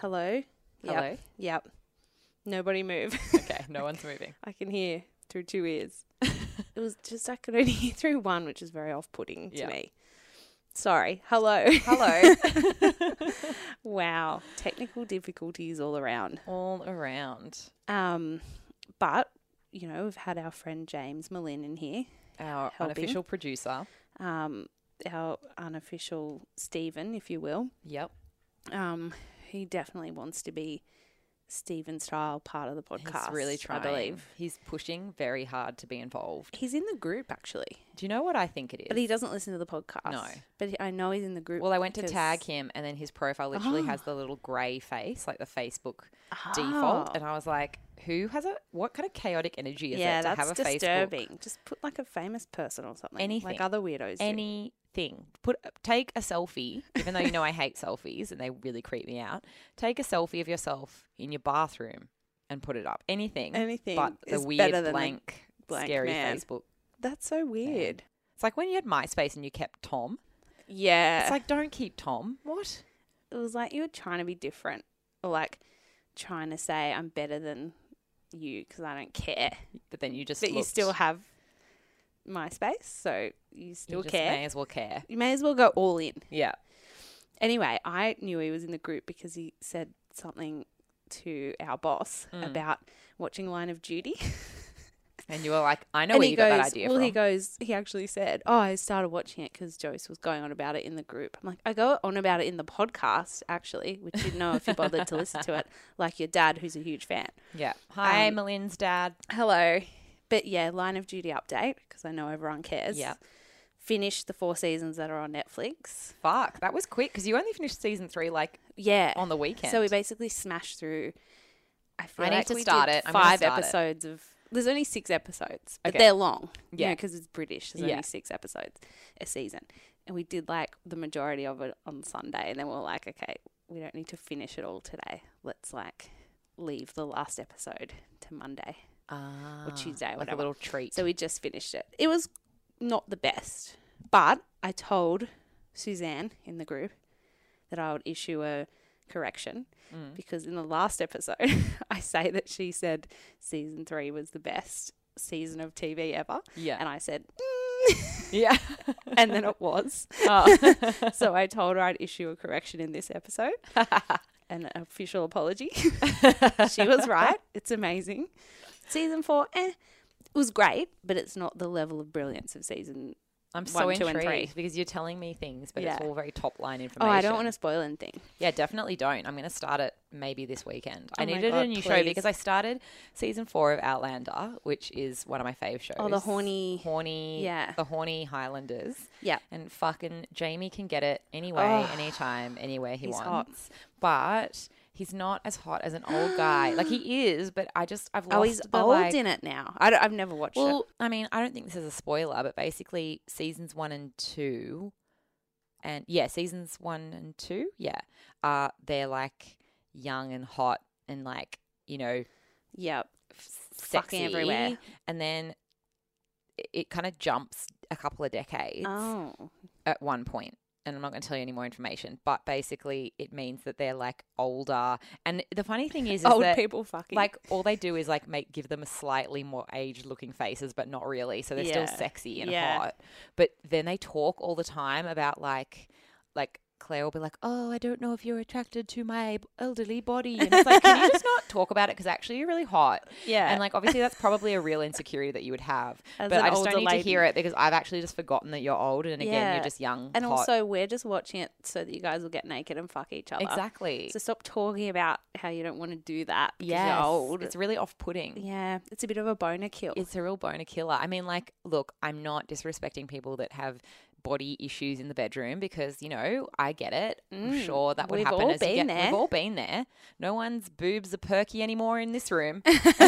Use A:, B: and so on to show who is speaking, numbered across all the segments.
A: Hello. Yep.
B: Hello.
A: Yep. Nobody move.
B: Okay, no one's moving.
A: I can hear through two ears. it was just I could only hear through one, which is very off-putting to
B: Yeah.
A: me. Sorry. Hello.
B: Hello.
A: wow. Technical difficulties all around.
B: All around
A: Um, but you know we've had our friend James Malin in here,
B: our
A: Helping.
B: unofficial producer.
A: um, our unofficial Stephen, if you will.
B: Yep.
A: Um, he definitely wants to be Stephen style part of the podcast.
B: He's really
A: I
B: trying.
A: believe
B: He's pushing very hard to be involved.
A: he's in the group actually,
B: Do you know what I think it
A: but
B: is?
A: he doesn't listen to the podcast.
B: No.
A: but he- I know he's in the group.
B: Well, I went to
A: because-
B: tag him, and then his profile literally
A: Oh.
B: has the little grey face, like the Facebook
A: Ah.
B: default. And I was like, "Who has a what kind of chaotic energy is
A: Oh. yeah,
B: it to
A: that's
B: have a Facebook?
A: disturbing. Just put like a famous person or something, like
B: Anything.
A: other weirdos. do.
B: Anything. Put take a selfie, even though you know I hate selfies and they really creep me out. Take a selfie of yourself in your bathroom and put it up. Anything,
A: anything,
B: but the
A: is
B: weird
A: better than the-
B: blank,
A: blank
B: scary
A: man.
B: Facebook.
A: That's so weird.
B: It's like when you had MySpace and you kept Tom.
A: Yeah,
B: It's like don't keep Tom. What?
A: it was like you were trying to be different or like trying to say i'm better than you because i don't care
B: But then you just
A: but you
B: looked.
A: still have myspace so you
B: You
A: still
B: just
A: care
B: May as well care.
A: you may as well go all in
B: Yeah.
A: anyway i knew he was in the group because he said something to our boss
B: Mm.
A: about watching line of duty
B: And you were like, I know
A: and
B: where
A: he
B: you
A: goes
B: got that idea
A: well
B: from.
A: he goes he actually said oh i started watching it because jose was going on about it in the group i'm like i go on about it in the podcast actually which you'd know if you bothered to listen to it like your dad who's a huge fan
B: yeah. Hi,
A: Um,
B: Malin's dad.
A: Hello. But yeah, Line of Duty update because I know everyone cares.
B: Yeah.
A: Finish the four seasons that are on Netflix.
B: Fuck, that was quick because you only finished season three like
A: Yeah.
B: on the weekend.
A: so we basically smashed through. I feel
B: I need
A: like
B: to
A: we
B: start
A: did
B: it. I'm gonna
A: five
B: start it.
A: episodes of. There's only six episodes, but
B: Okay.
A: they're long. Yeah,
B: Yeah.
A: because it's British. There's
B: Yeah.
A: only six episodes a season, and we did like the majority of it on Sunday, and then we are like, okay, we don't need to finish it all today. Let's like leave the last episode to Monday.
B: ah,
A: Tuesday,
B: like
A: "Oh, whatever.
B: a little treat.
A: So we just finished it. It was not the best, but I told Suzanne in the group that I would issue a correction
B: Mm.
A: because in the last episode, I say that she said season three was the best season of TV ever.
B: yeah,
A: And I said, mm.
B: yeah.
A: and then it was.
B: Oh.
A: So I told her I'd issue a correction in this episode, an official apology. she was right. It's amazing. Season four, eh, it was great, but it's not the level of brilliance of season.
B: I'm so
A: One, two, and
B: intrigued
A: three.
B: because you're telling me things, but it's
A: Yeah.
B: all very top line information.
A: Oh, I don't want to spoil anything.
B: Yeah, definitely don't. I'm going to start it maybe this weekend. I
A: Oh my
B: needed
A: God,
B: a new show
A: please.
B: because I started season four of Outlander, which is one of my fave shows.
A: Oh, the horny.
B: horny,
A: Yeah.
B: the horny Highlanders.
A: Yeah.
B: and fucking Jamie can get it anyway,
A: Oh.
B: anytime, anywhere he
A: He's hot.
B: wants. But he's not as hot as an old guy. Like he is, but I just I've lost
A: Oh, he's
B: the
A: old
B: like,
A: in it now. I have never watched it.
B: well, I mean, I don't think this is a spoiler, but basically, seasons one and two, and yeah, seasons one and two, yeah, uh, they're like young and hot and like you know
A: Yeah,
B: sexy
A: fucking everywhere.
B: and then it, it kind of jumps a couple of decades
A: Oh,
B: at one point and I'm not going to tell you any more information, but basically it means that they're like older. And the funny thing is, is
A: old
B: that
A: people fucking.
B: like all they do is like make give them a slightly more aged looking faces, but not really. So they're
A: Yeah.
B: still sexy and
A: Yeah.
B: hot. But then they talk all the time about like like Claire will be like, "Oh, I don't know if you're attracted to my elderly body," and it's like, can you just not talk about it? Because actually, you're really hot.
A: yeah,
B: And like, obviously, that's probably a real insecurity that you would have.
A: As
B: but
A: an
B: I just don't
A: older
B: need to
A: lady.
B: hear it because I've actually just forgotten that you're old, and again,
A: Yeah.
B: you're just young
A: and
B: hot.
A: also we're just watching it so that you guys will get naked and fuck each other.
B: Exactly.
A: So stop talking about how you don't want to do that because
B: yeah,
A: you're old.
B: It's really off-putting.
A: yeah, it's a bit of a boner kill.
B: It's a real boner killer. I mean, like, look, I'm not disrespecting people that have body issues in the bedroom because you know I get it. I'm
A: Mm,
B: sure that would
A: we've
B: happen.
A: all
B: as you
A: been
B: get-
A: there.
B: We've all been there. No one's boobs are perky anymore in this room. you know,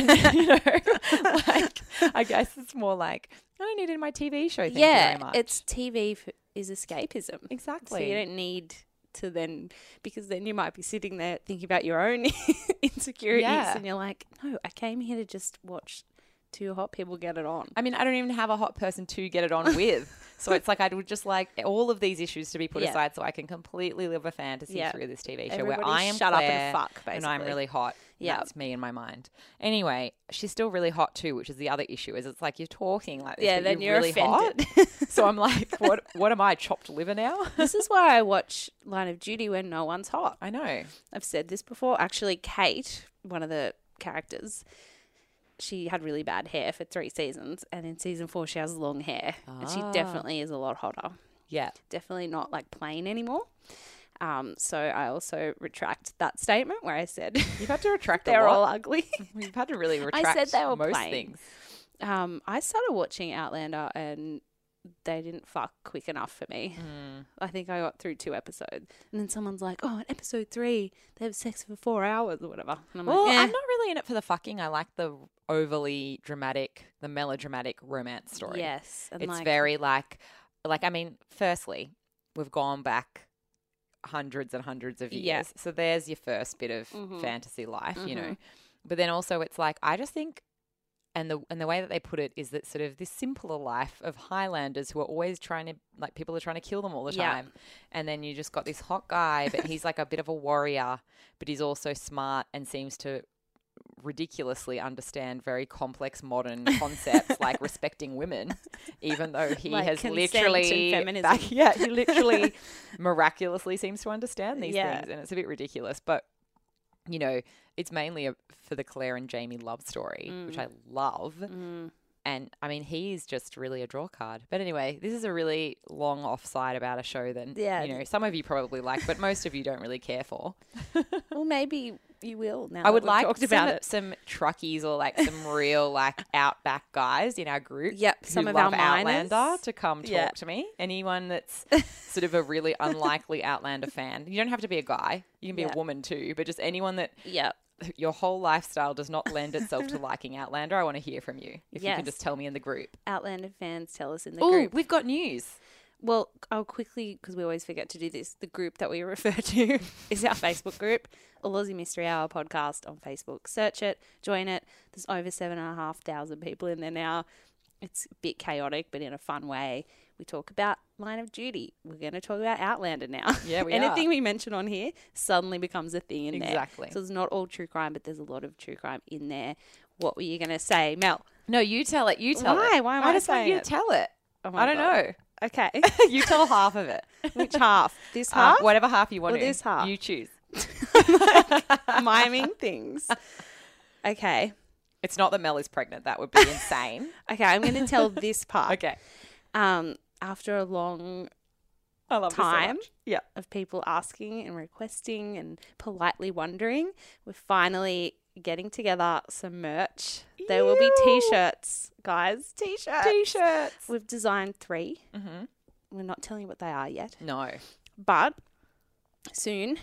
B: like, I guess it's more like I don't need it in my TV show. Thank you very
A: yeah,
B: much.
A: it's TV f- is escapism.
B: exactly.
A: So you don't need to then, because then you might be sitting there thinking about your own insecurities
B: Yeah.
A: and you're like, no, I came here to just watch two hot people get it on.
B: I mean, I don't even have a hot person to get it on with. So it's like I would just like all of these issues to be put
A: Yeah.
B: aside so I can completely live a fantasy
A: Yeah.
B: through this TV show
A: Everybody
B: where I am
A: shut up
B: Claire
A: and fuck, basically.
B: and I'm really hot.
A: Yeah.
B: Yeah, that's me in my mind. Anyway, she's still really hot too, which is the other issue. Is it's like you're talking like this,
A: yeah.
B: but
A: Then
B: you're,
A: you're,
B: really
A: offended.
B: hot. So I'm like, what? What am I chopped liver now?
A: this is why I watch Line of Duty when no one's hot.
B: I know.
A: I've said this before. Actually, Kate, one of the characters, she had really bad hair for three seasons, and in season four, she has long hair, and she
B: Ah.
A: definitely is a lot hotter.
B: Yeah.
A: Definitely not like plain anymore. Um, so I also retract that statement where I said
B: You've had to retract a
A: they're
B: lot.
A: all ugly.
B: We've had to really
A: I
B: retract
A: said they were
B: most
A: plain.
B: things.
A: Um, I started watching Outlander, and they didn't fuck quick enough for me.
B: Mm.
A: I think I got through two episodes, and then someone's like, "Oh, in episode three, they have sex for four hours or whatever." And I'm
B: Well,
A: like,
B: I'm
A: "Eh."
B: not really in it for the fucking. I like the overly dramatic, the melodramatic romance story.
A: Yes, and
B: it's
A: like,
B: very like, like I mean, firstly, we've gone back hundreds and hundreds of years,
A: Yeah.
B: so there's your first bit of
A: Mhm.
B: fantasy life, you know.
A: Mhm.
B: But then also, it's like I just think. And the and the way that they put it is that sort of this simpler life of Highlanders who are always trying to like people are trying to kill them all the
A: Yeah.
B: time, and then you just got this hot guy, but he's like a bit of a warrior, but he's also smart and seems to ridiculously understand very complex modern concepts like respecting women, even though he
A: Like
B: has
A: consent and
B: literally
A: feminism.
B: yeah, he literally miraculously seems to understand these
A: Yeah.
B: things, and it's a bit ridiculous, but. You know, it's mainly a, for the Claire and Jamie love story, which I love.
A: Mm.
B: And I mean, he is just really a draw card. But anyway, this is a really long offside about a show that
A: Yeah.
B: you know some of you probably like, but most of you don't really care for.
A: Well, maybe you will now.
B: I would like
A: talked
B: some,
A: about it.
B: some truckies or like some real like outback guys in our group.
A: Yep,
B: who
A: some of
B: love
A: our miners.
B: Outlander to come talk
A: Yeah.
B: to me. Anyone that's sort of a really unlikely Outlander fan. You don't have to be a guy. You can be
A: Yeah.
B: a woman too. But just anyone that
A: Yeah,
B: your whole lifestyle does not lend itself to liking Outlander. I want to hear from you. If you
A: Yes.
B: can just tell me in the group.
A: Outlander fans tell us in the
B: Oh,
A: group.
B: we've got news.
A: Well, I'll quickly because we always forget to do this. The group that we refer to is our Facebook group, All Aussie Mystery Hour podcast on Facebook. Search it, join it. There's over seven and a half thousand people in there now. It's a bit chaotic, but in a fun way. We talk about Line of Duty. We're going to talk about Outlander now.
B: Yeah, we
A: Anything we mention on here suddenly becomes a thing in there.
B: Exactly.
A: So it's not all true crime, but there's a lot of true crime in there. What were you going to say, Mel?
B: No, you tell it. You tell
A: Why?
B: it.
A: Why am I
B: I just want
A: saying
B: you
A: it?
B: to tell it.
A: Oh my
B: I don't
A: God. Okay.
B: know. you tell half of it.
A: Which half? This
B: Uh,
A: half?
B: whatever half you want
A: Or
B: to.
A: this half?
B: You choose.
A: miming things. Okay.
B: It's not that Mel is pregnant. That would be insane.
A: Okay, I'm going to tell this part.
B: okay.
A: Um, after a long
B: I love
A: Time.
B: This so much. Yeah.
A: of people asking and requesting and politely wondering, we're finally getting together some merch. There will be
B: Ew.
A: t-shirts, guys. T-shirts.
B: T-shirts.
A: We've designed three.
B: Mm-hmm.
A: We're not telling you what they are yet,
B: No.
A: but soon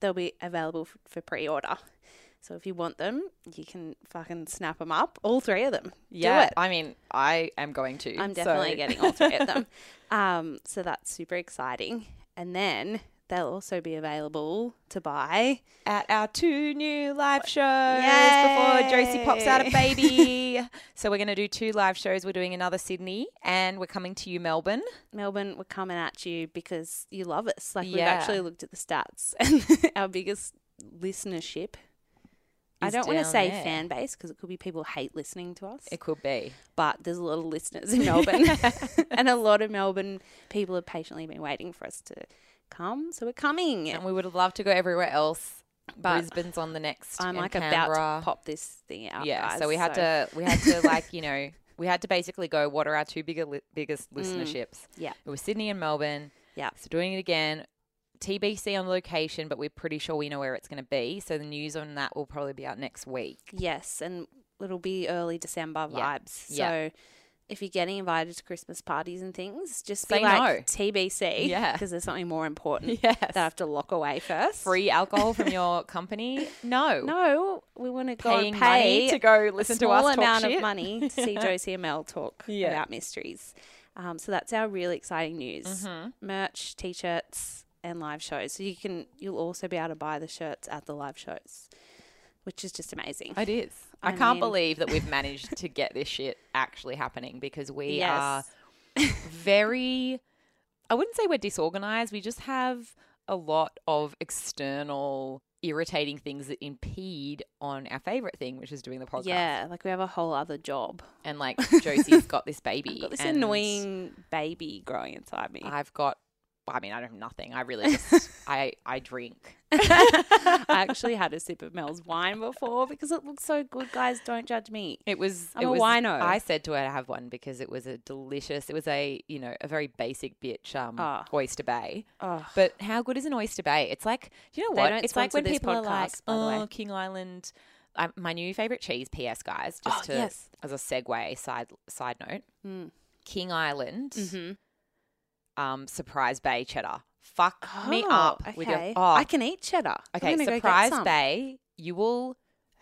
A: they'll be available for, for pre-order. So if you want them, you can fucking snap them up, all three of them.
B: Yeah.
A: Do it.
B: I mean, I am going to.
A: I'm
B: so-
A: definitely getting all three of them. Um, so that's super exciting. And then they'll also be available to buy.
B: at our two new live shows before Josie pops out a
A: Yay.
B: baby. so we're going to do two live shows. We're doing another Sydney, and we're coming to you Melbourne.
A: Melbourne, we're coming at you because you love us. Like we've
B: Yeah.
A: actually looked at the stats and our biggest listenership. I
B: Is
A: don't want to
B: down
A: say
B: there.
A: fan base because it could be people hate listening to us,
B: It could be.
A: but there's a lot of listeners in Melbourne, and a lot of Melbourne people have patiently been waiting for us to come. So we're coming.
B: and we would love to go everywhere else.
A: But
B: Brisbane's on the next.
A: I'm
B: and
A: like about
B: Canberra.
A: to pop this thing out.
B: Yeah,
A: guys,
B: so we had to we had to like you know we had to basically go. What are our two bigger li- biggest listenerships?
A: yeah.
B: it was Sydney and Melbourne.
A: Yeah.
B: so doing it again. TBC on location, but we're pretty sure we know where it's going to be. So the news on that will probably be out next week.
A: Yes, and it'll be early December
B: Yeah.
A: vibes. So
B: Yeah.
A: if you're getting invited to Christmas parties and things, just be
B: Say
A: like
B: no.
A: TBC.
B: Yeah.
A: Because there's something more important
B: Yes,
A: that I have to lock away first.
B: free alcohol from your company? No,
A: No, we want to go
B: paying
A: and pay
B: money to go
A: a
B: listen to
A: small
B: us talk
A: amount
B: shit?
A: of money to see Josie and Mel talk
B: Yeah.
A: about mysteries. Um, so that's our really exciting news:
B: Mhm.
A: merch, t-shirts, and live shows. So you can you'll also be able to buy the shirts at the live shows, which is just amazing.
B: It is. I,
A: I
B: can't
A: mean-
B: believe that we've managed to get this shit actually happening because we
A: Yes.
B: are very I wouldn't say we're disorganized. We just have a lot of external irritating things that impede on our favorite thing, which is doing the podcast.
A: Yeah, like we have a whole other job.
B: And like Josie's got this baby.
A: I've got this
B: and
A: annoying baby growing inside me.
B: I've got I mean, I don't have nothing. I really just I I drink.
A: I actually had a sip of Mel's wine before because it looks so good, guys. Don't judge me.
B: It was.
A: I'm
B: it
A: a
B: was,
A: wino.
B: I said to her to have one because it was a delicious. It was a you know a very basic bitch um
A: Ah.
B: oyster bay.
A: Oh,
B: But how good is an oyster bay? It's like do you know
A: They
B: what?
A: don't
B: it's like
A: sponsor
B: when
A: this
B: people are like,
A: podcast, by the way.
B: oh, King Island. I, my new favorite cheese. P.S. Guys, just
A: Oh,
B: to
A: yes.
B: as a segue side side note,
A: mm.
B: King Island,
A: Mhm.
B: um, Surprise Bay cheddar. Fuck me
A: Mm-hmm. Oh,
B: up
A: okay.
B: with your oh,
A: I can eat cheddar. I'm
B: okay.
A: gonna go get
B: Surprise
A: some.
B: Bay, you will.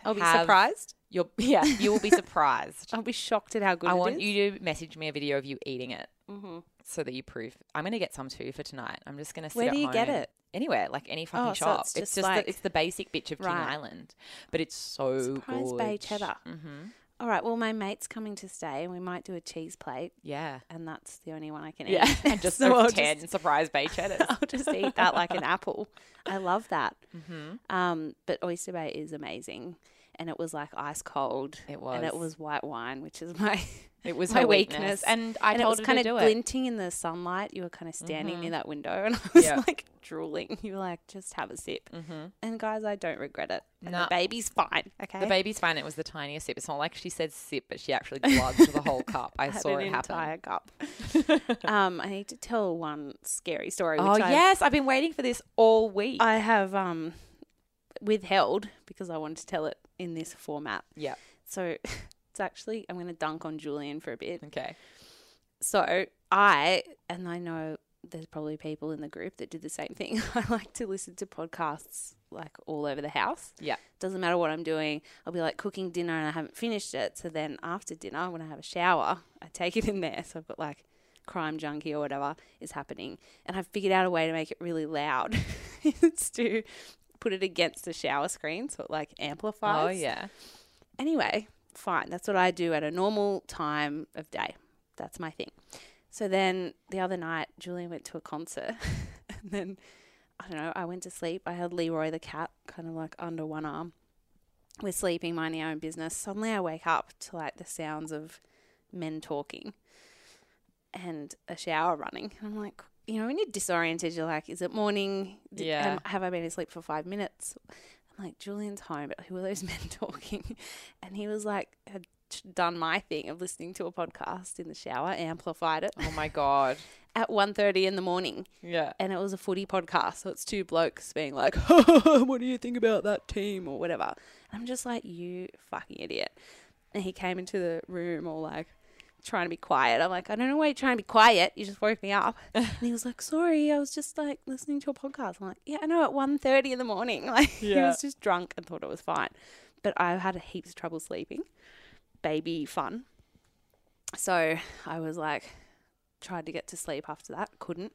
A: I'll be
B: have-
A: surprised.
B: You'll yeah, you will be surprised.
A: I'll be shocked at how good
B: I
A: it
B: want
A: is.
B: you to message me a video of you eating it
A: Mhm.
B: so that you prove. I'm gonna get some too for tonight. I'm just gonna. Sit
A: Where
B: at
A: do you get
B: home
A: it?
B: Anywhere, like any fucking
A: Oh, so
B: shop.
A: it's
B: it's
A: just
B: just
A: like-
B: the, it's the basic bitch of King
A: Right.
B: Island, but it's so
A: Surprise
B: good.
A: Bay cheddar.
B: hmm
A: All right. Well, my mate's coming to stay, and we might do a cheese plate,
B: Yeah,
A: and that's the only one I can
B: yeah,
A: eat.
B: and just
A: So
B: so
A: I'll
B: ten
A: just-
B: Surprise Bay cheddars.
A: I'll just eat that like an apple. I love that.
B: hmm
A: Um, but oyster bay is amazing, and it was like ice cold,
B: It
A: and it
B: was.
A: was white wine, which is my.
B: It was
A: my
B: her weakness,
A: weakness.
B: and I
A: and it
B: told
A: was
B: her
A: kind
B: to
A: of
B: do it.
A: glinting in the sunlight. You were kind of standing
B: Mhm.
A: near that window, and I was
B: Yeah.
A: like drooling. You were like, "Just have a sip."
B: Mm-hmm.
A: And guys, I don't regret it. And
B: Nah.
A: the baby's fine. Okay,
B: The baby's fine. It was the tiniest sip. It's not like she said sip, but she actually gluged the whole cup. I
A: had
B: saw
A: an
B: it happen.
A: entire cup. um, I need to tell one scary story. Which
B: Oh
A: I've-
B: yes, I've been waiting for this all week.
A: I have um withheld because I wanted to tell it in this format.
B: Yep.
A: So it's actually I'm going to dunk on Julian for a bit.
B: okay.
A: So I and I know there's probably people in the group that do the same thing. I like to listen to podcasts like all over the house.
B: Yeah.
A: Doesn't matter what I'm doing. I'll be like cooking dinner and I haven't finished it. So then after dinner when I have a shower, I take it in there. So I've got like crime junkie or whatever is happening and I've figured out a way to make it really loud. it's to put it against the shower screen so it like amplifies.
B: Oh yeah.
A: Anyway, fine. That's what I do at a normal time of day. That's my thing. So then the other night, Julian went to a concert. and then, I don't know, I went to sleep. I had Leroy the cat kind of like under one arm. We're sleeping, minding our own business. Suddenly I wake up to like the sounds of men talking and a shower running. And I'm like, you know, when you're disoriented, you're like, is it morning? Did-
B: Yeah.
A: am- have I been asleep for five minutes? I'm like, Julian's home, but who are those men talking? And he was like, had done my thing of listening to a podcast in the shower, amplified it
B: Oh my god.
A: at 1.30 in the morning.
B: Yeah.
A: And it was a footy podcast. So it's two blokes being like, "Oh, what do you think about that team or whatever. And I'm just like, you fucking idiot. And he came into the room all like trying to be quiet. I'm like, I don't know why you're trying to be quiet. You just woke me up. and he was like, sorry, I was just like listening to a podcast. I'm like, yeah, I know at 1.30 in the morning. Like he
B: Yeah.
A: was just drunk and thought it was fine. But I had heaps of trouble sleeping. Baby fun. So I was like, tried to get to sleep after that, couldn't.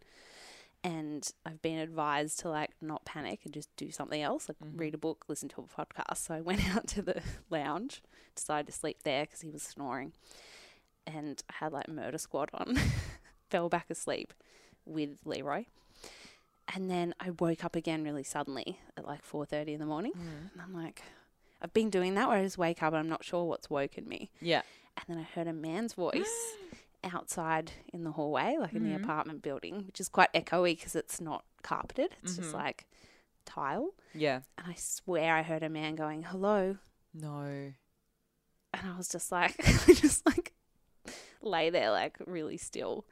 A: And I've been advised to like not panic and just do something else, like read a book, listen to a podcast. So I went out to the lounge, decided to sleep there because he was snoring. And I had like Murder Squad on, fell back asleep with Leroy. And then I woke up again really suddenly at like 4:30 in the morning.
B: Mm.
A: And I'm like, I've been doing that where I just wake up and I'm not sure what's woken me.
B: Yeah.
A: And then I heard a man's voice outside in the hallway, like in the
B: Mhm.
A: apartment building, which is quite echoey because it's not carpeted. It's
B: Mhm.
A: just like tile.
B: Yeah.
A: And I swear I heard a man going, hello.
B: No.
A: And I was just like, I just like lay there like really still.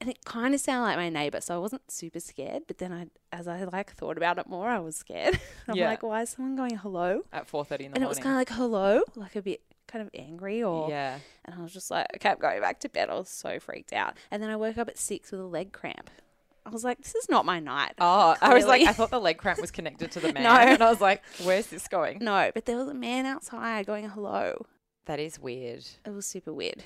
A: And it kind of sounded like my neighbor. So I wasn't super scared. But then I, as I like thought about it more, I was scared. I'm
B: Yeah.
A: like, why is someone going hello?
B: At four thirty in the
A: And it was
B: morning.
A: kind of like, hello, like a bit kind of angry or
B: yeah.
A: And I was just like, okay, I'm going back to bed. I was so freaked out. And then I woke up at six with a leg cramp. I was like, this is not my night.
B: Oh, I was like,
A: Clearly.
B: I thought the leg cramp was connected to the man,
A: No.
B: and I was like, "Where's this going?"
A: No, but there was a man outside going, hello.
B: That is weird.
A: It was super weird.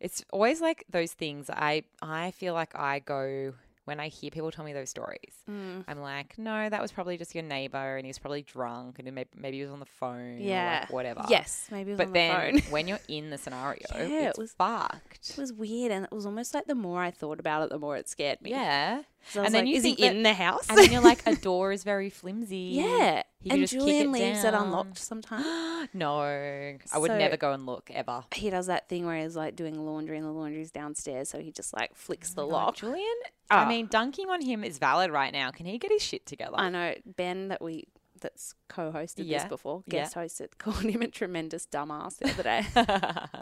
B: It's always like those things. I I feel like I go when I hear people tell me those stories.
A: Mm.
B: I'm like, no, that was probably just your neighbor, and he was probably drunk, and maybe maybe he was on the phone, or
A: Yeah.
B: like whatever.
A: Yes, maybe it was
B: but
A: on the
B: then
A: phone.
B: when you're in the scenario,
A: Yeah, it
B: it's
A: was-
B: fucked.
A: It was weird, and it was almost like the more I thought about it, the more it scared me.
B: yeah,
A: 'Cause I was
B: and then
A: like,
B: you
A: is he
B: think that-
A: in the house?
B: and then you're like, a door is very flimsy.
A: yeah.
B: he could
A: And
B: just kick
A: Julian
B: it
A: leaves it
B: down.
A: unlocked sometimes.
B: no, I would
A: So-
B: never go and look ever.
A: He does that thing where he's like doing laundry, and the laundry's downstairs, so he just like flicks the
B: God,
A: lock.
B: Julian.
A: Ah.
B: I mean, dunking on him is valid right now. Can he get his shit together?
A: I know Ben that we that's co-hosted
B: Yeah,
A: this before,
B: yeah.
A: guest hosted, called him a tremendous dumbass the other day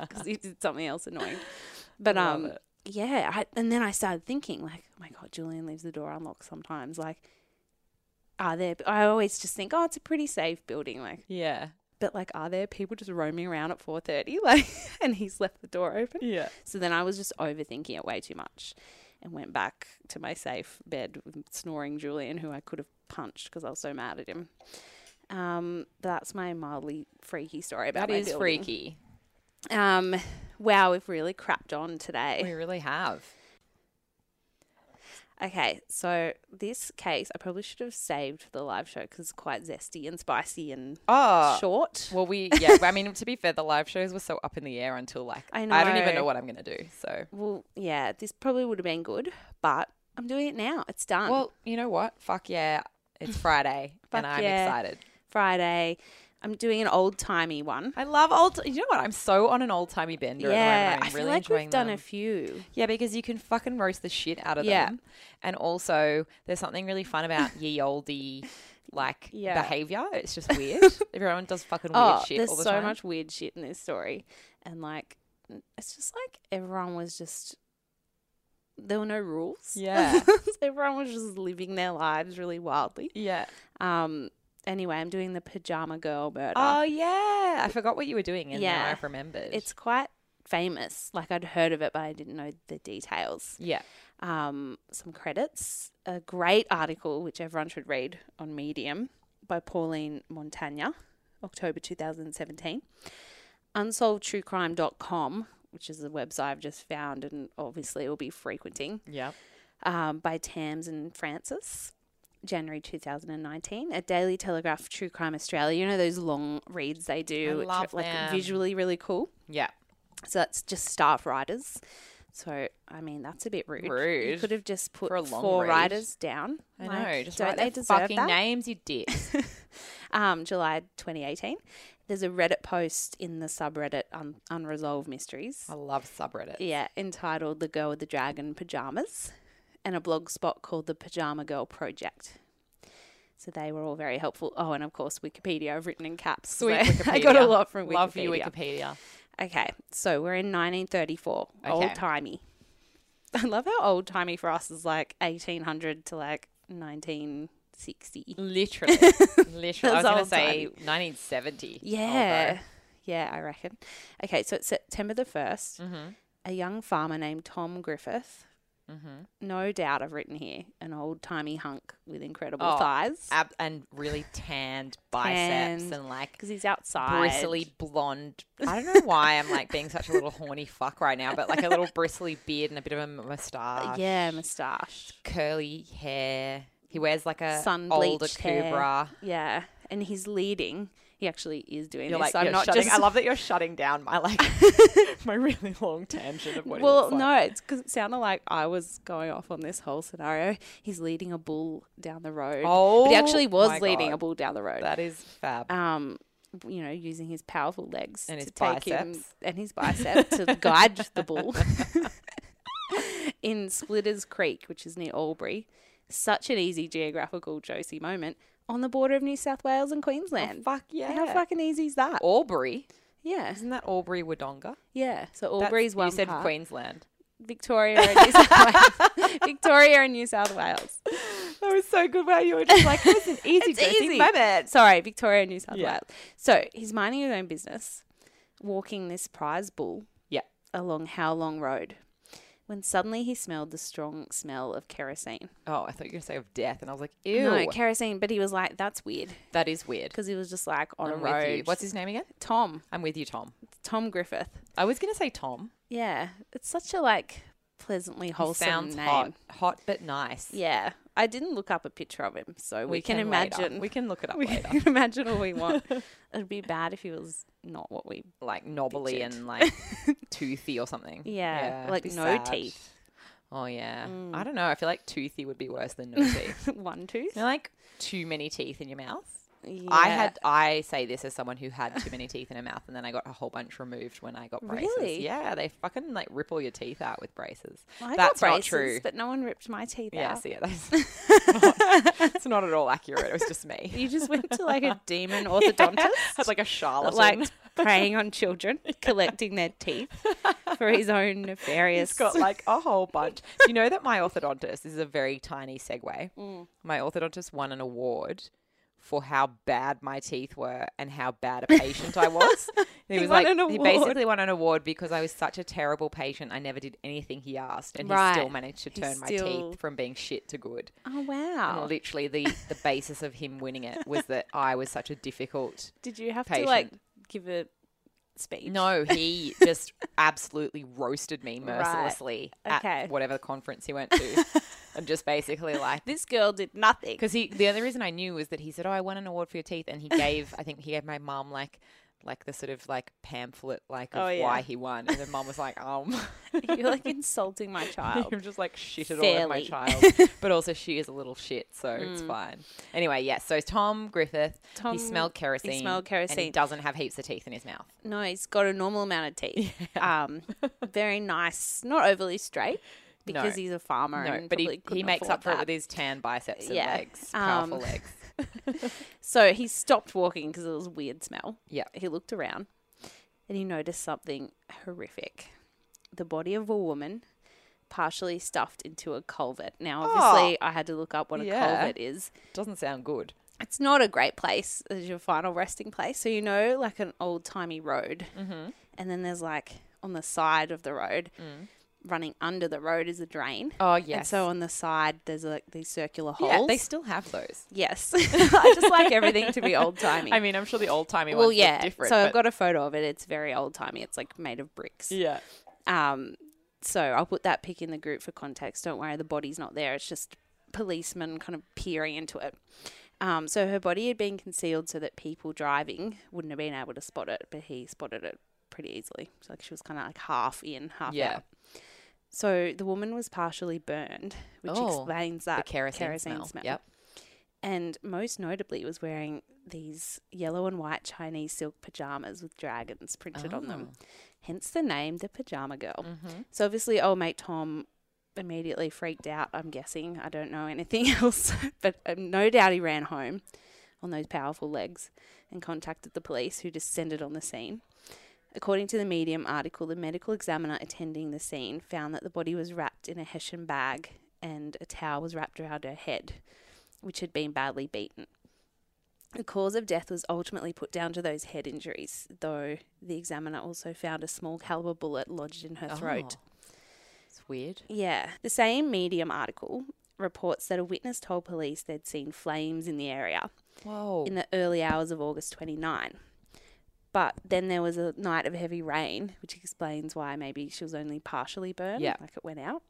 A: because he did something else annoying. But
B: Love
A: um,
B: it.
A: yeah, I, and then I started thinking like, oh my god, Julian leaves the door unlocked sometimes. Like, are there? I always just think, oh, it's a pretty safe building. Like,
B: yeah,
A: but like, are there people just roaming around at four thirty? Like, and he's left the door open.
B: yeah.
A: So then I was just overthinking it way too much and went back to my safe bed with snoring Julian, who I could have punched because I was so mad at him. Um, that's my mildly freaky story about
B: That
A: my
B: is
A: building.
B: freaky.
A: Um, wow, we've really crapped on today.
B: We really have.
A: Okay, so this case I probably should have saved for the live show because it's quite zesty and spicy and
B: Oh,
A: short.
B: Well, we yeah. I mean, to be fair, the live shows were so up in the air until like
A: I
B: don't even
A: know.
B: know what I'm gonna do. So
A: Well, yeah, this probably would have been good, but I'm doing it now. It's done.
B: well, you know what? Fuck yeah, it's Friday
A: Fuck
B: and I'm
A: yeah.
B: excited.
A: Friday. I'm doing an old timey one.
B: I love old. You know what? I'm so on an old timey bender.
A: Yeah,
B: at the moment. I'm
A: I feel
B: really
A: like
B: enjoying
A: we've done
B: them.
A: a few.
B: yeah, because you can fucking roast the shit out of
A: Yeah.
B: them, and also there's something really fun about ye olde like
A: Yeah.
B: behavior. It's just weird. Everyone does fucking weird
A: Oh,
B: shit
A: there's
B: all the
A: so
B: time.
A: much weird shit in this story, and like, it's just like everyone was just there were no rules.
B: Yeah.
A: everyone was just living their lives really wildly.
B: yeah.
A: Um. Anyway, I'm doing the pajama girl murder.
B: Oh yeah. I forgot what you were doing, and now
A: Yeah.
B: I've remembered.
A: it's quite famous. Like I'd heard of it, but I didn't know the details.
B: yeah.
A: um, some credits. A great article, which everyone should read on Medium, by Pauline Montagna, October 2017. UnsolvedTrueCrime.com, which is the website I've just found and obviously will be frequenting,
B: Yeah.
A: um, by Tams and Francis. January 2019, a Daily Telegraph True Crime Australia. You know those long reads they do,
B: I
A: which
B: love
A: are like
B: them.
A: visually really cool.
B: Yeah.
A: So that's just staff writers. So I mean, that's a bit rude. You
B: Rude.
A: could have just put
B: For a long
A: four
B: read.
A: writers down.
B: I
A: Like,
B: know. Just
A: don't
B: write
A: they
B: their
A: deserve
B: fucking
A: that?
B: names, you dicks.
A: Um, July 2018. There's a Reddit post in the subreddit un- Unresolved Mysteries.
B: I love subreddit.
A: Yeah, entitled "The Girl with the Dragon Pajamas," and a blog spot called the Pajama Girl Project. So they were all very helpful. Oh, and of course Wikipedia. I've written in caps. so
B: Sweet
A: I got a
B: Wikipedia.
A: lot from Wikipedia.
B: Love you, Wikipedia.
A: Okay, so we're in 1934,
B: Okay.
A: old timey. I love how old timey for us is like 1800 to like 1960.
B: Literally. Literally. I
A: That's
B: was going to
A: old
B: say Oh, 1970.
A: Yeah, yeah, I reckon. Okay, so it's September the 1st. A young farmer named Tom Griffith,
B: Mm-hmm.
A: no doubt I've written here, an old timey hunk with incredible
B: Oh,
A: thighs
B: Ab- and really tanned biceps
A: Tanned.
B: and like
A: because he's outside.
B: bristly blonde. I don't know why I'm like being such a little horny fuck right now, but like a little bristly beard and a bit of a m- mustache.
A: Yeah, moustache.
B: Curly hair. He wears like a
A: Sun
B: older
A: bleached hair.
B: Kubra.
A: Yeah, and he's leading. He actually is doing
B: You're
A: this.
B: like,
A: I'm
B: you're
A: not
B: shutting,
A: just.
B: I love that you're shutting down my like my really long tangent of what. he
A: well,
B: looks like.
A: no, it's because it sounded like I was going off on this whole scenario. He's leading a bull down the road.
B: Oh,
A: but he actually
B: my
A: was leading
B: God.
A: a bull down the road.
B: That is fab.
A: um, you know, using his powerful legs
B: And
A: to
B: his
A: take him
B: biceps.
A: and his bicep to guide the bull in Splitters Creek, which is near Albury. Such an easy geographical Josie moment on the border of New South Wales and Queensland.
B: Oh, Fuck yeah.
A: How fucking easy is that?
B: Albury.
A: Yeah,
B: Isn't that Albury Wodonga?
A: yeah. So
B: That's-
A: Albury's one
B: You said
A: part.
B: Queensland.
A: Victoria and New South Wales. Victoria and New South Wales.
B: That was so good where you were just like, it was an easy
A: It's easy.
B: moment.
A: Sorry, Victoria and New South
B: Yeah.
A: Wales. So he's minding his own business, walking this prize bull
B: Yeah.
A: along How Long Road, when suddenly he smelled the strong smell of kerosene.
B: Oh, I thought you were going to say of death. And I was like, ew.
A: No, kerosene, but he was like, that's weird
B: that is weird.
A: because he was just like on
B: I'm
A: a road.
B: with you. What's his name again?
A: Tom?
B: I'm with you, Tom.
A: Tom Griffith.
B: I was going to say Tom.
A: Yeah, it's such a like pleasantly
B: He
A: wholesome
B: sounds
A: name.
B: hot, hot but nice.
A: Yeah, I didn't look up a picture of him, so we, can,
B: later.
A: imagine.
B: We can look it up
A: we
B: later.
A: can imagine all we want. It'd be bad if he was not what we.
B: Like knobbly
A: Pictured.
B: and like toothy or something.
A: Yeah,
B: it'd
A: like
B: be
A: no teeth. Mm.
B: Oh yeah. I don't know. I feel like toothy would be worse than no teeth.
A: One tooth.
B: you know, like too many teeth in your mouth. I
A: Yeah.
B: had I say this as someone who had too many teeth in her mouth, and then I got a whole bunch removed when I got braces.
A: Really?
B: Yeah, they fucking like ripple your teeth out with braces.
A: I got
B: That's
A: braces,
B: not true.
A: But no one ripped my teeth
B: yeah,
A: out.
B: see, yeah, that's not, it's not at all accurate. It was just me.
A: You just went to like a demon
B: Yeah,
A: orthodontist
B: I was like a
A: that
B: charlatan.
A: liked preying on children, collecting their teeth for his own nefarious.
B: He's got like a whole bunch. Do you know that my orthodontist this is a very tiny segue?
A: Mm.
B: My orthodontist won an award for how bad my teeth were and how bad a patient I was. And he, was
A: won
B: like,
A: an
B: he
A: award.
B: basically won an award because I was such a terrible patient. I never did anything he asked, and he still
A: Right.
B: managed to
A: He
B: turn my
A: still-
B: teeth from being shit to good.
A: oh
B: And
A: wow!
B: literally, the the basis of him winning it was that I was such a difficult
A: Did you have
B: patient.
A: to like give a speech?
B: No, he just absolutely roasted me
A: Right.
B: mercilessly
A: Okay.
B: at whatever conference he went to. and just basically like
A: this girl did nothing.
B: because he the only reason I knew was that he said, "Oh, I won an award for your teeth," and he gave I think he gave my mum like like the sort of like pamphlet like of
A: Oh, yeah.
B: why he won, and then mum was like, "Um,
A: You're like insulting my child.
B: you've just like shitted all over my
A: Fairly. Hmm.
B: child," but also she is a little shit, so it's fine. Anyway, yes. so Tom Griffith,
A: Tom-
B: he smelled kerosene,
A: smelled
B: and he
A: kerosene.
B: doesn't have heaps of teeth in his mouth.
A: No, he's got a normal amount of teeth. Um, very nice, not overly straight because he's a farmer.
B: No,
A: and
B: but
A: probably
B: he, he
A: couldn't
B: makes
A: afford
B: up for it
A: that.
B: with his tan biceps and
A: Yeah.
B: legs, powerful
A: Um,
B: legs.
A: So he stopped walking because it was a weird smell.
B: Yeah.
A: He looked around and he noticed something horrific. The body of a woman partially stuffed into a culvert. Now, obviously, I had to look up what a
B: Oh. Yeah.
A: culvert is.
B: Doesn't sound good.
A: It's not a great place as your final resting place. So, you know, like an old timey road. Mm-hmm. And then there's like on the side of the road,
B: Mm.
A: running under the road is a drain.
B: Oh
A: And so on the side, there's like these circular holes.
B: yeah, they still have those.
A: yes. I just like everything to be old timey.
B: I mean, I'm sure the old timey
A: well,
B: ones
A: yeah.
B: look different.
A: so I've
B: but-
A: got a photo of it. It's very old timey. It's like made of bricks.
B: yeah,
A: Um, so I'll put that pic in the group for context. Don't worry, the body's not there. It's just policemen kind of peering into it. Um, so her body had been concealed so that people driving wouldn't have been able to spot it, but he spotted it pretty easily. So like she was kind of like half in, half
B: Yeah.
A: out. So the woman was partially burned, which
B: Oh,
A: explains that
B: the kerosene, smell. Yep.
A: and most notably was wearing these yellow and white Chinese silk pajamas with dragons printed on them.
B: Oh.
A: Hence the name, the pajama girl.
B: Mm-hmm.
A: So obviously, old mate Tom immediately freaked out. I'm guessing I don't know anything else, but um, no doubt he ran home on those powerful legs and contacted the police, who descended on the scene. According to the Medium article, the medical examiner attending the scene found that the body was wrapped in a Hessian bag and a towel was wrapped around her head, which had been badly beaten. The cause of death was ultimately put down to those head injuries, though the examiner also found a small caliber bullet lodged in
B: Oh.
A: her throat.
B: It's weird.
A: Yeah. The same Medium article reports that a witness told police they'd seen flames in the area
B: Whoa.
A: in the early hours of August 29. But then there was a night of heavy rain, which explains why maybe she was only partially burned,
B: Yeah.
A: like it went out.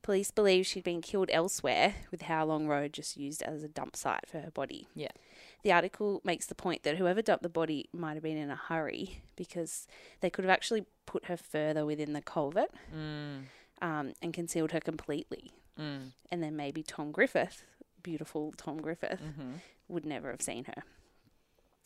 A: Police believe she'd been killed elsewhere, with How Long Road just used as a dump site for her body.
B: Yeah.
A: The article makes the point that whoever dumped the body might have been in a hurry because they could have actually put her further within the culvert
B: Mm.
A: um, and concealed her completely. And then maybe Tom Griffith, beautiful Tom Griffith,
B: Mm-hmm.
A: would never have seen her.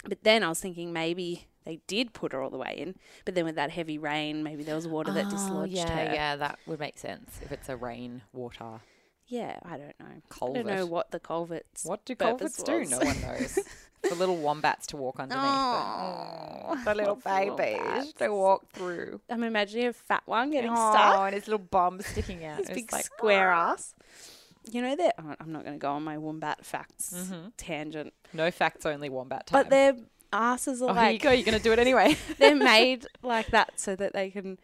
A: But then I was thinking maybe they did put her all the way in, but then with that heavy rain, maybe there was water that dislodged
B: Oh, yeah,
A: her.
B: yeah, that would make sense if it's a rain water.
A: Yeah, I don't know. I
B: Culvert.
A: don't know what the culverts.
B: What do
A: Purpose
B: culverts do? No
A: was.
B: one knows. For little wombats to walk underneath.
A: Oh,
B: the little
A: little
B: babies to walk through.
A: I'm imagining a fat one getting
B: oh,
A: stuck.
B: and his little bum sticking out.
A: His
B: It's
A: big
B: like, "Ah."
A: square ass. You know that oh, I'm not going to go on my wombat facts tangent,
B: no facts, only wombat Mm-hmm. time.
A: but their asses are
B: oh, here you
A: like
B: go. You're going to do it anyway.
A: they're made like that so that they can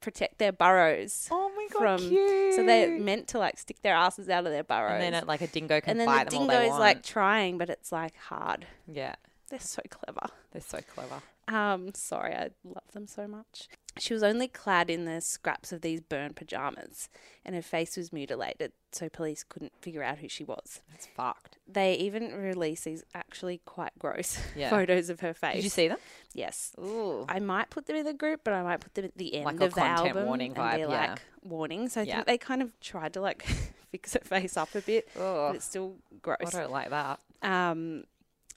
A: protect their burrows.
B: oh my
A: from so they're meant to like stick their asses out of their burrows.
B: and then it, like a dingo can
A: And then
B: bite
A: the
B: them all they
A: dingo's
B: want.
A: like trying, but it's like hard.
B: yeah,
A: They're so clever.
B: they're so clever.
A: Um, sorry, I love them so much. She was only clad in the scraps of these burned pajamas, and her face was mutilated, so police couldn't figure out who she was.
B: It's fucked.
A: They even released these actually quite gross
B: Yeah.
A: photos of her face.
B: Did you see them?
A: Yes.
B: Ooh.
A: I might put them in the group, but I might put them at the end
B: Like a
A: of the
B: content
A: album
B: warning
A: and be
B: vibe,
A: like
B: yeah.
A: warning. So I
B: Yeah.
A: think they kind of tried to like fix her face up a bit, but
B: Oh,
A: it's still
B: I
A: gross.
B: don't like that.
A: Um,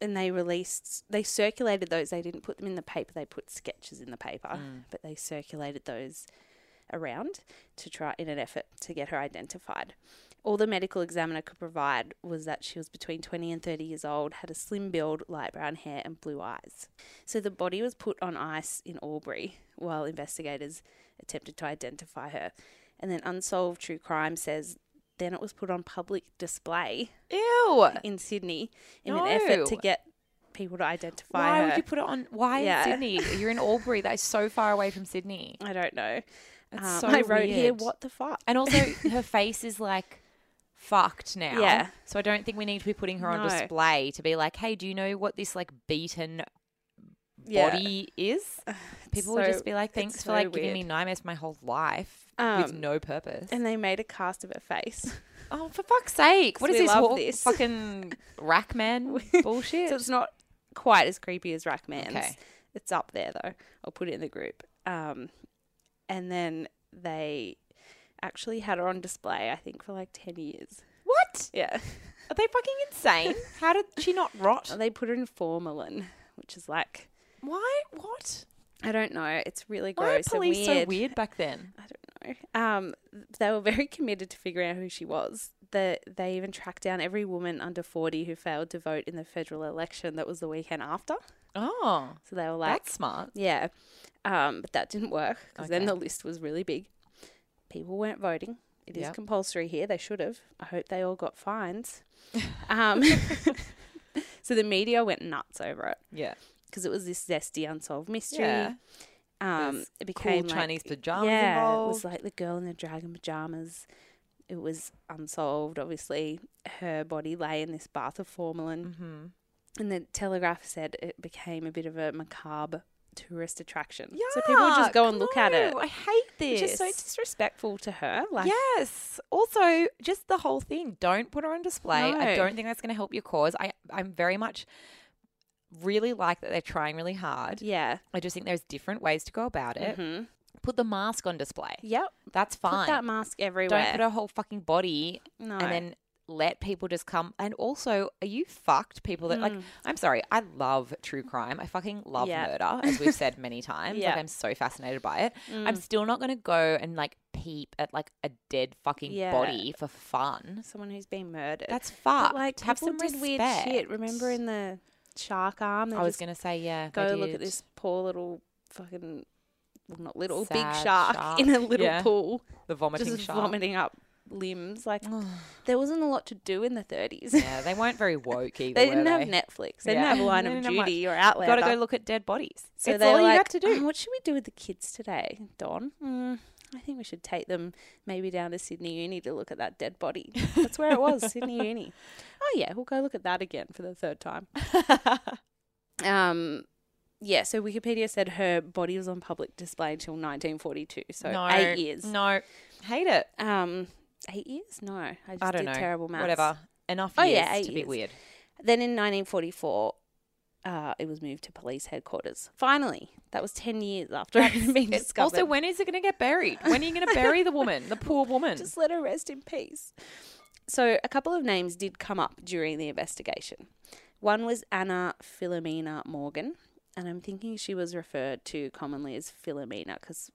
A: and they released, they circulated those. They didn't put them in the paper. They put sketches in the paper,
B: Uh, Mm.
A: but they circulated those around to try in an effort to get her identified. All the medical examiner could provide was that she was between 20 and 30 years old, had a slim build, light brown hair, and blue eyes. So the body was put on ice in Albury while investigators attempted to identify her. And then Unsolved True Crime says then it was put on public display
B: Ew.
A: in Sydney in an effort to
B: No.
A: get people to identify
B: Why
A: her.
B: would you put it on? Why
A: Yeah.
B: in Sydney? You're in Albury. That is so far away from Sydney.
A: I don't know.
B: That's
A: Um,
B: so
A: I wrote here,
B: weird.
A: what the fuck?
B: And also, her face is like fucked now.
A: Yeah.
B: So I don't think we need to be putting her
A: No.
B: on display to be like, hey, do you know what this like beaten
A: Yeah.
B: body is? People would
A: so-
B: just be like,
A: it's
B: thanks for
A: so
B: like giving me
A: weird.
B: nightmares my whole life with
A: Um,
B: no purpose.
A: And they made a cast of her face.
B: oh, for fuck's sake. What is
A: we
B: this,
A: love
B: whole
A: this.
B: fucking Rackman bullshit?
A: so it's not quite as creepy as Rackman's.
B: Okay.
A: It's up there though. I'll put it in the group. Um, and then they actually had her on display, I think, for like 10 years.
B: what?
A: Yeah.
B: Are they fucking insane? How did she not rot?
A: they put her in formalin, which is like,
B: Why? What?
A: I don't know. It's really
B: Why are
A: gross.
B: police
A: and
B: so weird back then?
A: I don't know. Um, th- they were very committed to figuring out who she was. The, they even tracked down every woman under 40 who failed to vote in the federal election that was the weekend after.
B: Oh,
A: So they were like,
B: that's smart.
A: yeah. Um, but that didn't work because then
B: Okay.
A: the list was really big. People weren't voting. It is
B: Yep.
A: compulsory here. They should have. I hope they all got fines. um, so the media went nuts over it
B: Yeah.
A: because it was this zesty unsolved mystery.
B: Yeah.
A: Um,
B: There's
A: it
B: Cool
A: became like-
B: Chinese pajamas
A: yeah,
B: involved.
A: it was like the girl in the dragon pajamas. It was unsolved, obviously. Her body lay in this bath of formalin,
B: Mhm.
A: and the Telegraph said it became a bit of a macabre tourist attraction. so people would just go and look at it,
B: No, I hate
A: which
B: this.
A: is so disrespectful to her. Like,
B: yes. Also, just the whole thing. Don't put her on display. I
A: No.
B: don't think that's going to help your cause. I, I'm very much really like that they're trying really hard.
A: yeah,
B: I just think there's different ways to go about it.
A: hmm
B: Put the mask on display.
A: yep.
B: That's fine.
A: Put that mask everywhere.
B: don't put her whole fucking body
A: no,
B: and then let people just come. And also, are you fucked people that like?
A: Mm.
B: I'm sorry, I love true crime. I fucking love
A: Yeah.
B: murder, as we've said many times.
A: Yeah.
B: Like I'm so fascinated by it.
A: Mm,
B: I'm still not gonna go and like peep at like a dead fucking
A: Yeah.
B: body for fun.
A: someone who's been murdered.
B: That's
A: but
B: fucked.
A: like,
B: Have
A: people
B: some
A: did
B: respect.
A: weird shit. Remember in the shark arm? They
B: I was
A: just
B: gonna say yeah. they
A: go look at
B: did.
A: this poor little fucking well not little big
B: Sad
A: shark, in a
B: shark.
A: little
B: Yeah.
A: pool
B: The vomiting
A: just
B: shark.
A: vomiting up limbs like there wasn't a lot to do in the 30s
B: yeah, they weren't very woke either.
A: they didn't
B: were
A: have
B: they?
A: netflix they
B: Yeah.
A: didn't have line
B: They
A: of
B: didn't have
A: duty or outlet
B: Gotta go look at dead bodies.
A: so
B: it's
A: they
B: all
A: were
B: you
A: like
B: have to do.
A: "Oh, what should we do with the kids today don mm, i think we should take them maybe down to sydney uni to look at that dead body that's where it was sydney uni oh yeah we'll go look at that again for the third time um yeah, so Wikipedia said her body was on public display until 1942, so
B: no,
A: eight years.
B: No, hate it.
A: Um, eight years? No, I just
B: I don't
A: did
B: know.
A: terrible maths.
B: Whatever. Enough
A: Oh,
B: years
A: yeah, eight
B: to be
A: years.
B: weird.
A: Then in 1944, uh, it was moved to police headquarters. Finally, that was 10 years after it had been
B: It's
A: discovered.
B: also, when is it going to get buried? When are you going to bury the woman, the poor woman?
A: just let her rest in peace. So a couple of names did come up during the investigation. One was Anna Philomena Morgan, and I'm thinking she was referred to commonly as Philomena because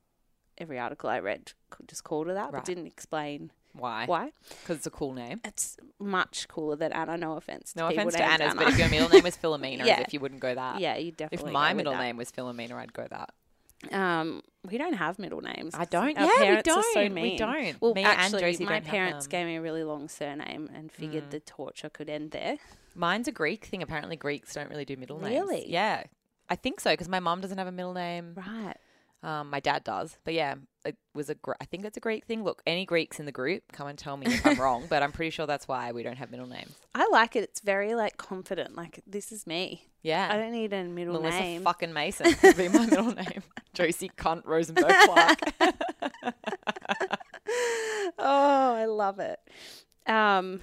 A: every article I read c- just called her that,
B: Right.
A: but didn't explain
B: Why?
A: why.
B: Because it's a cool name.
A: It's much cooler than Anna. No offense.
B: No
A: people
B: offense to
A: named
B: Anna's,
A: Anna.
B: but if your middle name was Philomena,
A: Yeah.
B: as if you wouldn't go that.
A: Yeah, you
B: If
A: definitely.
B: my
A: go with
B: middle
A: that.
B: name was Philomena, I'd go that.
A: um, we don't have middle names.
B: I
A: 'cause
B: don't.
A: Our
B: yeah, we
A: parents
B: don't.
A: Are so
B: We
A: mean.
B: don't.
A: Well,
B: Me
A: actually,
B: and Josie
A: my
B: don't
A: parents
B: have them. Mm.
A: gave me a really long surname and figured the torture could end there.
B: Mine's a Greek thing. Apparently, Greeks don't really do middle names.
A: Really?
B: Yeah. I think so because my mom doesn't have a middle name.
A: Right.
B: Um, my dad does, but yeah, it was a Gr- I think it's a Greek thing. Look, any Greeks in the group, come and tell me if I'm wrong, but I'm pretty sure that's why we don't have middle names.
A: I like it. It's very like confident. Like this is me. I
B: Yeah.
A: don't need a middle
B: Melissa
A: name.
B: fucking Mason would be my middle name. Josie cunt Rosenberg Clark.
A: oh, I love it. Um,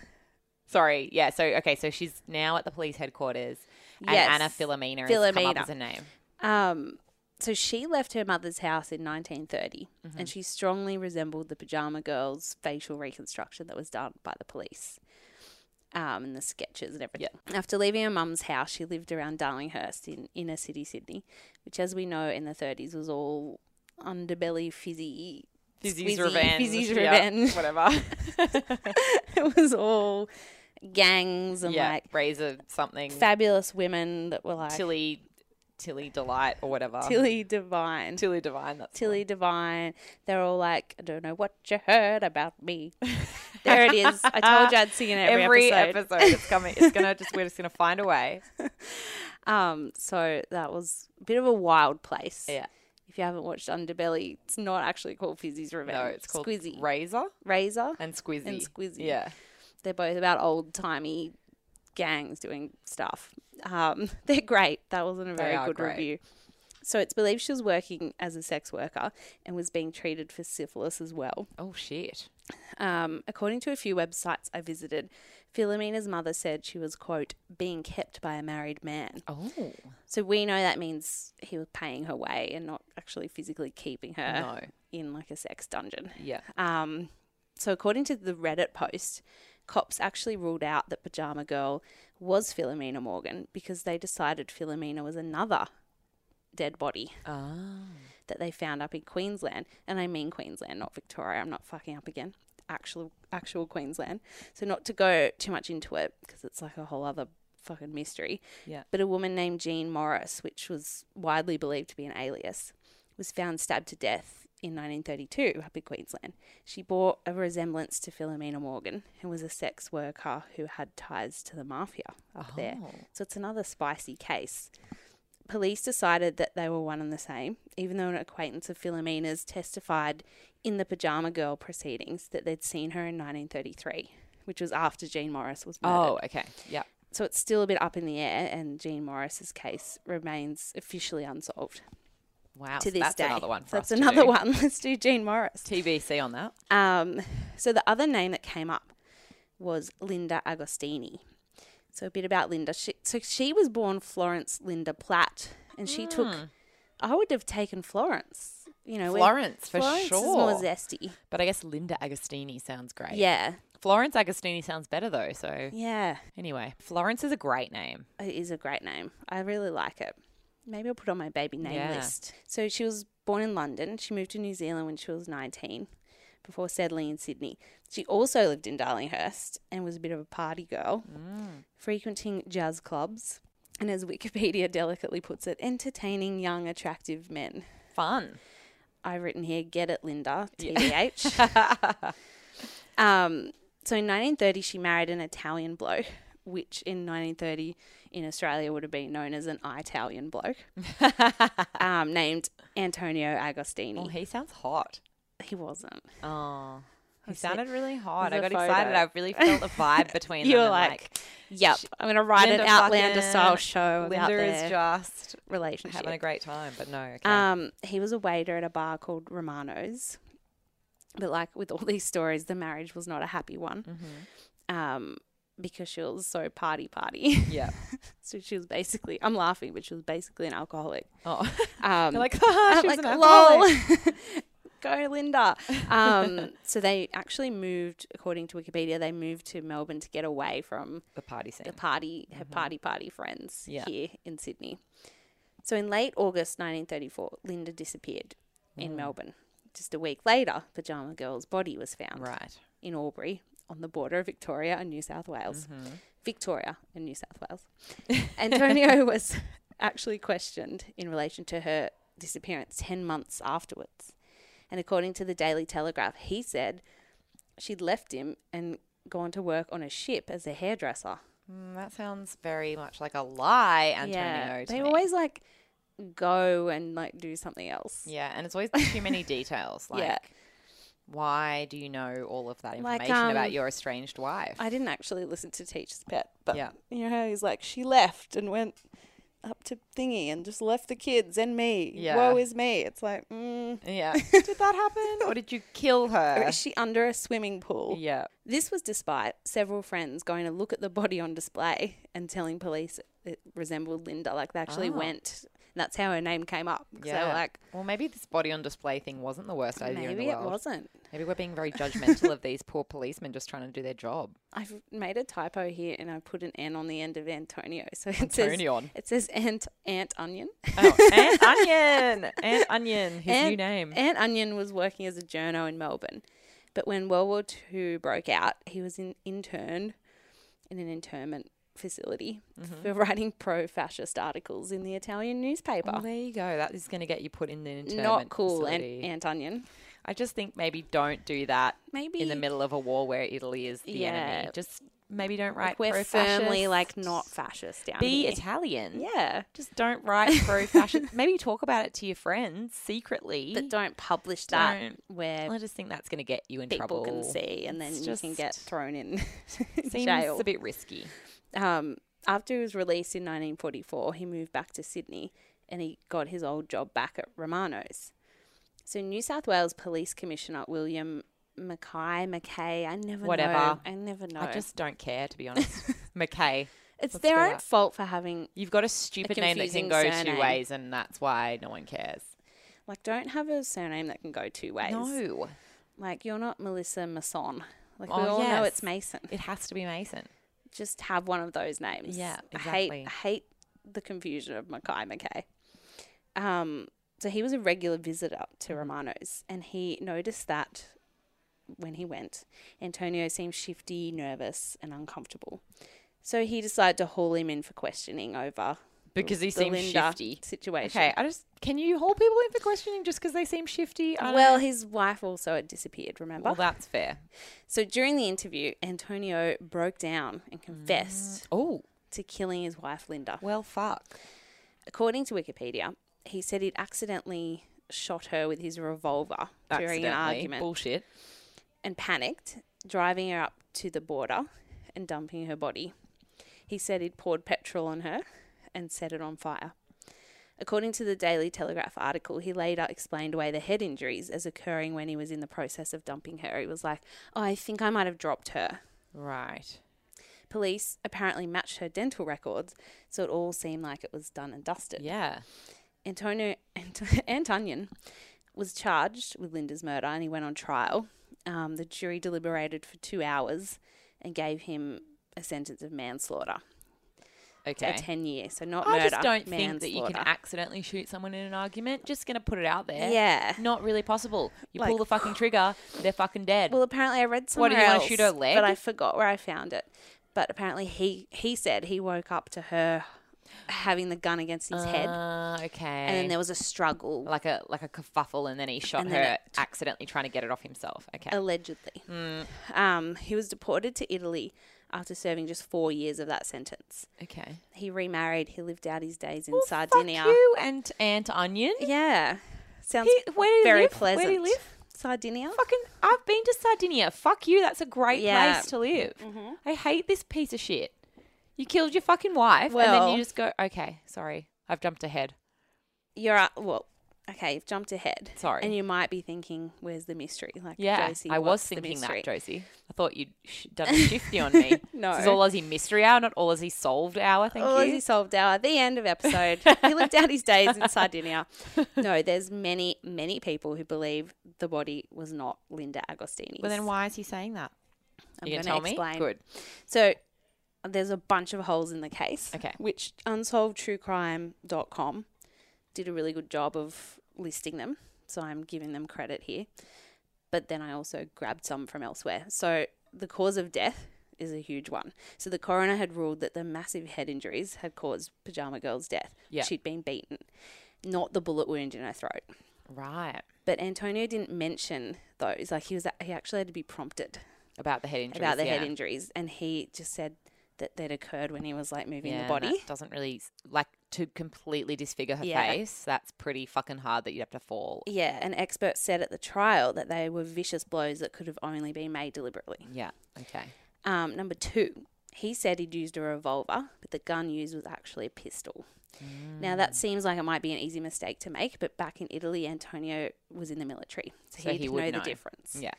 B: Sorry. Yeah. So okay. So she's now at the police headquarters, and
A: Yes.
B: Anna Filomena, has come up
A: Filomena.
B: as a name.
A: um, so she left her mother's house in 1930, and she strongly resembled the pajama girl's facial reconstruction that was done by the police. Um, and the sketches and everything. After leaving her mum's house, she lived around Darlinghurst in inner city Sydney, which, as we know, in the 30s was all underbelly fizzy.
B: Fizzy's
A: squizzy,
B: revenge.
A: Fizzy's
B: Yeah,
A: revenge.
B: whatever.
A: it was all gangs and
B: yeah.
A: like
B: Razor something.
A: fabulous women that were like Tilly,
B: Tilly. Tilly delight or whatever.
A: Divine. Tilly,
B: Tilly Divine. That's
A: Divine. They're all like, I don't know what you heard about me. there it is. I told you I'd sing it
B: the one.
A: every, episode.
B: episode. It's coming. It's gonna just. We're just gonna find a way.
A: Um, so that was a bit of a wild place.
B: Yeah.
A: If you haven't watched Underbelly, it's not actually called Fizzy's Revenge.
B: No, it's called
A: Squizzy.
B: Razor
A: Razor.
B: and Squizzy.
A: And Squizzy.
B: Yeah.
A: They're both about old timey gangs doing stuff. Um, they're great. That wasn't a very
B: are
A: good
B: great.
A: review. So it's believed she was working as a sex worker and was being treated for syphilis as well.
B: Oh shit.
A: Um, according to a few websites I visited, Philomena's mother said she was, quote, being kept by a married man.
B: Oh
A: So we know that means he was paying her way and not actually physically keeping her
B: no.
A: in like a sex dungeon.
B: Yeah.
A: Um, so, according to the Reddit post, cops actually ruled out that Pajama Girl was Philomena Morgan because they decided Philomena was another dead body
B: Oh.
A: Ah. that they found up in Queensland. And I mean Queensland, not Victoria. I'm not fucking up again. Actual, actual Queensland. So, not to go too much into it because it's like a whole other fucking mystery.
B: Yeah.
A: But a woman named Jean Morris, which was widely believed to be an alias, was found stabbed to death in 1932 up in Queensland. She bore a resemblance to Philomena Morgan and was a sex worker who had ties to the mafia up there.
B: Oh.
A: So it's another spicy case. Police decided that they were one and the same, even though an acquaintance of Philomena's testified in the Pajama Girl proceedings that they'd seen her in 1933, which was after Jean Morris was murdered.
B: Oh. Okay. Yeah.
A: So it's still a bit up in the air, and Jean Morris's case remains officially unsolved
B: Wow.
A: to
B: so
A: this
B: that's
A: day.
B: another one for
A: That's
B: us to
A: another
B: do.
A: one. Let's do Jean Morris.
B: TBC on that.
A: Um, so the other name that came up was Linda Agostini. So a bit about Linda. She, so she was born Florence Linda Platt, and she took. I would have taken Florence. You know, when-
B: Hmm. Florence, for
A: Florence
B: sure.
A: is more zesty.
B: But I guess Linda Agostini sounds great.
A: Yeah,
B: Florence Agostini sounds better though. So
A: yeah.
B: anyway, Florence is a great name.
A: It is a great name. I really like it. Maybe I'll put it on my baby name
B: Yeah.
A: list. So she was born in London. She moved to New Zealand when she was 19 before settling in Sydney. She also lived in Darlinghurst and was a bit of a party girl, frequenting jazz clubs. And as Wikipedia delicately puts it, entertaining young, attractive men.
B: Fun.
A: I've written here, get it, Linda, TBH. um, so in 1930, she married an Italian bloke, which in 1930 in Australia would have been known as an Italian bloke, um, named Antonio
B: Well,
A: Agostini.
B: he sounds hot.
A: He wasn't.
B: Oh. He
A: see-
B: sounded really hot. I
A: there's
B: got
A: a
B: excited.
A: photo.
B: I really felt the vibe between
A: You
B: them.
A: were
B: and,
A: like, Yep, I'm gonna write an
B: Linda
A: Outlander style
B: fucking-
A: show about
B: Linda
A: their
B: is just
A: relationship.
B: having a great time, but no. Okay.
A: Um, he was a waiter at a bar called Romano's. But like with all these stories, the marriage was not a happy one.
B: Mm-hmm.
A: Um, because she was so party party.
B: yeah.
A: so she was basically I'm laughing, but she was basically an alcoholic.
B: Oh.
A: Um
B: You're like, haha,
A: I'm
B: she was
A: like,
B: an alcoholic.
A: "Lol." Go Linda. Um, so they actually moved, according to Wikipedia, they moved to Melbourne to get away from
B: The party scene.
A: the party her party party friends
B: Mm-hmm. Yeah.
A: here in Sydney. So in late August 1934, Linda disappeared in
B: Mm.
A: Melbourne. Just a week later, Pajama Girl's body was found
B: Right.
A: in Albury on the border of Victoria and New South Wales.
B: Mm. Mm-hmm.
A: Victoria and New South Wales. Antonio was actually questioned in relation to her disappearance 10 months afterwards. And according to the Daily Telegraph, he said she'd left him and gone to work on a ship as a hairdresser.
B: Mm, that sounds very much like a lie, Antonio. to
A: they
B: me.
A: always like go and like do something else.
B: Yeah, and it's always too many details. Like,
A: Yeah.
B: why do you know all of that
A: Like,
B: information about
A: um,
B: your estranged wife?
A: I didn't actually listen to Teacher's Pet, but
B: Yeah.
A: you know how he's like, she left and went up to thingy and just left the kids and me.
B: Yeah.
A: Woe is me. It's like, mm,
B: yeah, did that happen, or did you kill
A: or
B: her?
A: is she under a swimming pool?
B: Yeah,
A: This was despite several friends going to look at the body on display and telling police it resembled Linda. Like they actually
B: Oh.
A: went. And that's how her name came up. So
B: Yeah.
A: like
B: Well, maybe this body on display thing wasn't the worst idea in the
A: maybe it
B: world.
A: wasn't.
B: Maybe we're being very judgmental of these poor policemen just trying to do their job.
A: I've made a typo here and I put an N on the end of Antonio. So it says
B: Antonion.
A: it says ant ant onion.
B: Oh, Ant Onion. Ant Onion. His new
A: Ant-
B: name.
A: Ant Onion was working as a journo in Melbourne, but when World War II broke out, he was in, interned in an internment facility
B: Mm-hmm.
A: for writing pro-fascist articles in the Italian
B: Well,
A: newspaper.
B: there you go. Oh, That is going to get you put in an internment
A: Not cool, Ant,
B: facility.
A: Ant Onion.
B: I just think maybe don't do that
A: Maybe
B: in the middle of a war where Italy is the enemy.
A: Yeah.
B: Just maybe don't
A: like,
B: write
A: we're
B: pro-fascist.
A: firmly like not fascist down
B: be
A: here.
B: Italian.
A: yeah,
B: Just don't write pro-fascist. maybe talk about it to your friends secretly.
A: but don't publish that
B: Don't.
A: where
B: I just think that's going to get you in
A: people
B: trouble.
A: can see, and then
B: It's
A: you can get
B: just-
A: thrown in
B: Seems
A: jail.
B: a bit risky.
A: um, after he was released in 1944, he moved back to Sydney and he got his old job back at Romano's. So New South Wales Police Commissioner William Mackay, Mackay, I never
B: Whatever.
A: know. I never know.
B: I just don't care, to be honest. McKay,
A: it's
B: let's
A: their
B: do
A: own
B: that.
A: fault for having
B: you've got a stupid name that
A: confusing
B: can go
A: surname.
B: two ways, and that's why no one cares.
A: like don't have a surname that can go two ways.
B: No,
A: Like you're not Melissa Mason. Like we
B: Oh,
A: all know
B: yes.
A: it's Mason.
B: it has to be Mason.
A: just have one of those names.
B: Yeah,
A: I
B: exactly.
A: hate I hate the confusion of Mackay Mackay. Um, so he was a regular visitor to
B: Mm-hmm.
A: Romano's, and he noticed that when he went, Antonio seemed shifty, nervous, and uncomfortable. So he decided to haul him in for questioning over
B: Because he
A: the
B: seems
A: Linda
B: shifty.
A: situation.
B: Okay, I just can you hold people in for questioning just because they seem shifty? I don't
A: Well,
B: know.
A: his wife also had disappeared. Remember?
B: well, that's fair.
A: so during the interview, Antonio broke down and confessed
B: Oh,
A: to killing his wife, Linda.
B: well, fuck.
A: According to Wikipedia, he said he'd accidentally shot her with his revolver during an
B: Accidentally.
A: argument
B: bullshit.
A: and panicked, driving her up to the border and dumping her body. He said he'd poured petrol on her and set it on fire. According to the Daily Telegraph article, he later explained away the head injuries as occurring when he was in the process of dumping her. He was like, oh, I think I might have dropped her.
B: Right.
A: Police apparently matched her dental records, so it all seemed like it was done and dusted.
B: Yeah.
A: Antonio Ant- Antonian was charged with Linda's murder and he went on trial. Um, the jury deliberated for two hours and gave him a sentence of manslaughter, so
B: Okay.
A: 10 years. So not
B: I
A: murder,
B: just don't think
A: manslaughter.
B: that you can accidentally shoot someone in an argument. Just gonna put it out there.
A: Yeah.
B: Not really possible. You
A: Like-
B: pull the fucking trigger, they're fucking dead.
A: Well, apparently I read
B: What,
A: somewhere
B: do you wanna
A: else,
B: shoot her leg?
A: but I forgot where I found it. But apparently he, he said he woke up to her having the gun against his head
B: Uh, okay.
A: and then there was a struggle,
B: like a like a kerfuffle, and then he shot
A: And
B: her,
A: then it- Oh,
B: accidentally trying to get it off himself. Okay.
A: allegedly.
B: Mm.
A: Um, he was deported to Italy after serving just four years of that sentence.
B: okay.
A: he remarried. He lived out his days in
B: Oh, Fuck
A: Sardinia.
B: you and Aunt Onion.
A: Yeah, sounds
B: He- where did he
A: very
B: live?
A: pleasant.
B: Where did he live?
A: Sardinia.
B: Fucking, I've been to Sardinia. Fuck you. That's a great
A: Yeah. Mm-hmm.
B: place to live. I hate this piece of shit. You killed your fucking wife, and then
A: Well-
B: you just go, okay, sorry, I've jumped ahead.
A: You're uh, well. Okay, you've jumped ahead.
B: Sorry.
A: And you might be thinking, "Where's the mystery?" Like,
B: Yeah,
A: Josie,
B: I was
A: what's the
B: thinking that,
A: mystery?
B: Josie. I thought you'd sh- done a shifty on me.
A: No.
B: This is all Aussie mystery hour, not all Aussie solved hour. Thank
A: All
B: you.
A: Aussie solved hour. The end of episode. he lived out his days in Sardinia. No, there's many, many people who believe the body was not Linda Agostini's.
B: Well, then why is he saying that?
A: I'm
B: you
A: going
B: gonna
A: to
B: tell
A: explain.
B: me? Good.
A: So there's a bunch of holes in the case.
B: Okay.
A: Which unsolvedtruecrime.com did a really good job of listing them. So I'm giving them credit here. But then I also grabbed some from elsewhere. So the cause of death is a huge one. So the coroner had ruled that the massive head injuries had caused Pajama Girl's death.
B: Yeah.
A: She'd been beaten, not the bullet wound in her throat.
B: Right.
A: But Antonio didn't mention those. Like he was, he actually had to be prompted
B: About the head injury.
A: about the
B: yeah.
A: head injuries, and he just said that that occurred when he was like moving the
B: Yeah, and
A: body.
B: that doesn't really s- like to completely disfigure her
A: Yeah.
B: face, that's pretty fucking hard that you'd have to fall.
A: Yeah, an expert said at the trial that they were vicious blows that could have only been made deliberately.
B: Yeah. Okay.
A: Um, number two, he said he'd used a revolver, but the gun used was actually a pistol. Now,
B: Mm.
A: that seems like it might be an easy mistake to make, but back in Italy, Antonio was in the military, so,
B: So
A: he'd
B: he would
A: know,
B: know.
A: the difference.
B: Yeah.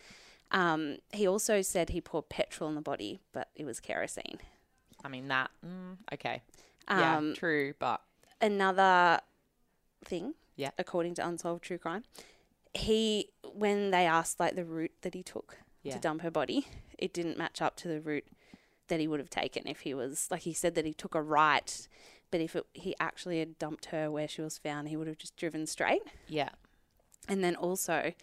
A: Um, he also said he poured petrol on the body, but it was kerosene.
B: I mean that. Mm, okay.
A: Um,
B: yeah. True, but
A: another thing.
B: Yeah.
A: According to Unsolved True Crime, he when they asked like the route that he took
B: Yeah.
A: to dump her body, it didn't match up to the route that he would have taken if he was like he said that he took a right, but if it, he actually had dumped her where she was found, he would have just driven straight.
B: yeah.
A: And then also,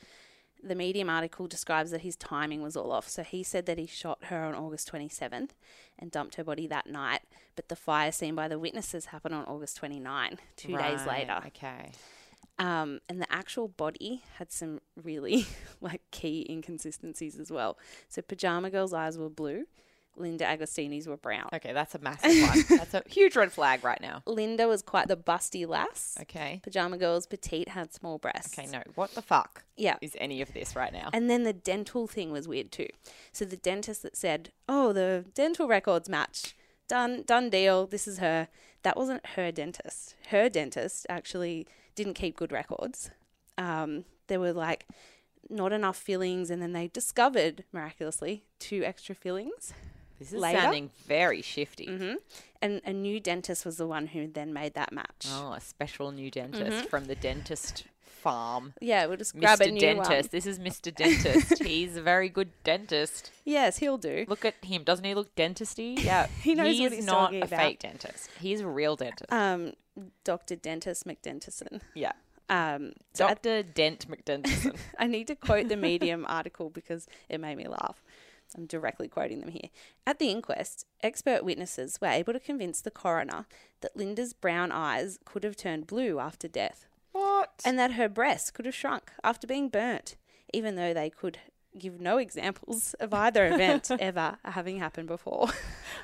A: the Medium article describes that his timing was all off. So he said that he shot her on August 27th and dumped her body that night, but the fire seen by the witnesses happened on August 29, two days
B: Right,
A: later.
B: Okay.
A: Um, and the actual body had some really like key inconsistencies as well. So Pajama Girl's eyes were blue, Linda Agostini's were brown.
B: Okay, that's a massive one. That's a huge red flag right now.
A: Linda was quite the busty lass.
B: Okay.
A: Pajama Girl's petite had small breasts.
B: Okay, no. What the fuck
A: Yeah.
B: is any of this right now?
A: And then the dental thing was weird too. So the dentist that said, "Oh, the dental records match. Done, done deal. This is her." That wasn't her dentist. Her dentist actually didn't keep good records. Um, there were like not enough fillings, and then they discovered miraculously two extra fillings.
B: This is
A: Later? Mm-hmm.
B: sounding very shifty.
A: And a new dentist was the one who then made that match.
B: Oh, a special new dentist from the dentist farm.
A: Yeah, we'll just Mm-hmm. grab a
B: Mr.
A: new
B: Dentist.
A: one.
B: This is Mr. Dentist. He's a very good dentist.
A: Yes, he'll do.
B: Look at him. Doesn't he look dentisty? Yeah.
A: He knows what
B: is
A: he's
B: not
A: talking
B: a
A: about.
B: fake dentist. He's a real dentist.
A: Um, Doctor Dentist McDentison.
B: yeah.
A: Um, so at
B: Dr. Dent McDentison.
A: I need to quote the Medium article because it made me laugh. I'm directly quoting them here. At the inquest, expert witnesses were able to convince the coroner that Linda's brown eyes could have turned blue after death
B: what?
A: and that her breasts could have shrunk after being burnt, even though they could give no examples of either event ever having happened before.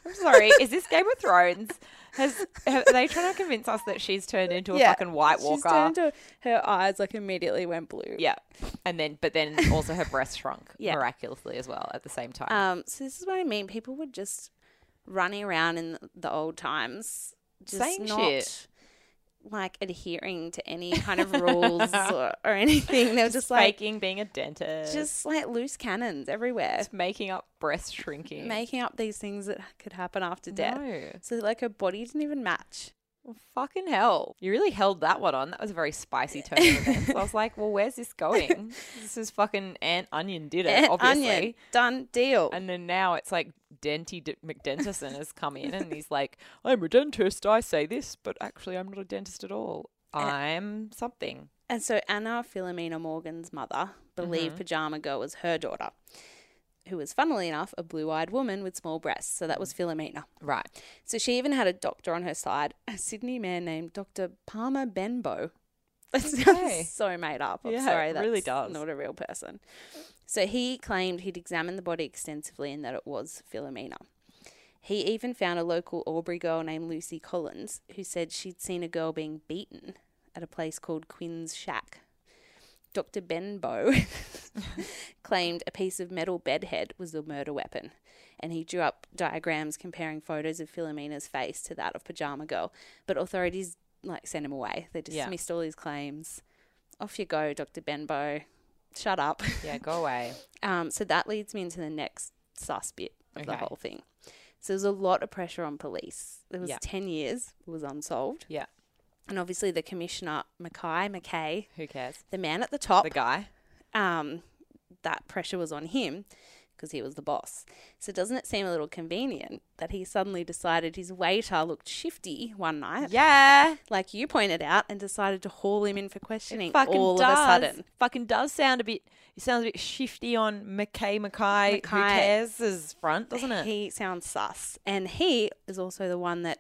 B: I'm sorry. Is this Game of Thrones? Has have, are they trying to convince us that she's turned into a fucking White
A: She's
B: Walker?
A: turned to- her eyes like immediately went blue.
B: Yeah. And then, but then also her breast shrunk
A: Yeah.
B: miraculously as well at the same time.
A: Um, so this is what I mean. People were just running around in the old times, just
B: Saying
A: not
B: shit.
A: like adhering to any kind of rules or, or anything. They were just like
B: Faking being a dentist.
A: just like loose cannons everywhere,
B: Just making up breast shrinking.
A: making up these things that could happen after death.
B: No.
A: So like her body didn't even match.
B: Well, fucking hell. You really held that one on. That was a very spicy turn of events. I was like, well, where's this going? This is fucking Aunt Onion did it,
A: And
B: obviously.
A: Onion, done deal.
B: And then now it's like Denty D- McDentison has come in and he's like, I'm a dentist. I say this, but actually, I'm not a dentist at all. I'm something.
A: And so Anna Philomena Morgan's mother
B: Mm-hmm.
A: believed Pajama Girl was her daughter, who was, funnily enough, a blue-eyed woman with small breasts. So that
B: Mm.
A: was Philomena.
B: Right.
A: So she even had a doctor on her side, a Sydney man named Dr. Palmer Benbow. That sounds
B: Okay.
A: so made up. I'm
B: Yeah,
A: sorry,
B: it
A: that's
B: really does.
A: not a real person. So he claimed he'd examined the body extensively and that it was Philomena. He even found a local Aubrey girl named Lucy Collins who said she'd seen a girl being beaten at a place called Quinn's Shack. Dr. Benbow claimed a piece of metal bedhead was the murder weapon, and he drew up diagrams comparing photos of Philomena's face to that of Pajama Girl. But authorities like sent him away. They
B: Yeah.
A: dismissed all his claims. Off you go, Dr. Benbow. Shut up.
B: Yeah, go away.
A: Um, so that leads me into the next sus bit of the
B: Okay.
A: whole thing. So there's a lot of pressure on police. There was
B: Yeah.
A: 10 years, it was unsolved.
B: Yeah.
A: And obviously the commissioner, Mackay, McKay,
B: Who cares?
A: the man at the top,
B: The guy.
A: um, that pressure was on him because he was the boss. So doesn't it seem a little convenient that he suddenly decided his waiter looked shifty one night,
B: Yeah.
A: like you pointed out, and decided to haul him in for questioning
B: Fucking
A: all of
B: does.
A: a sudden?
B: Fucking does sound a bit. It sounds a bit shifty on McKay McKay. Who
A: Mackay.
B: cares? front, doesn't it?
A: He sounds sus, and he is also the one that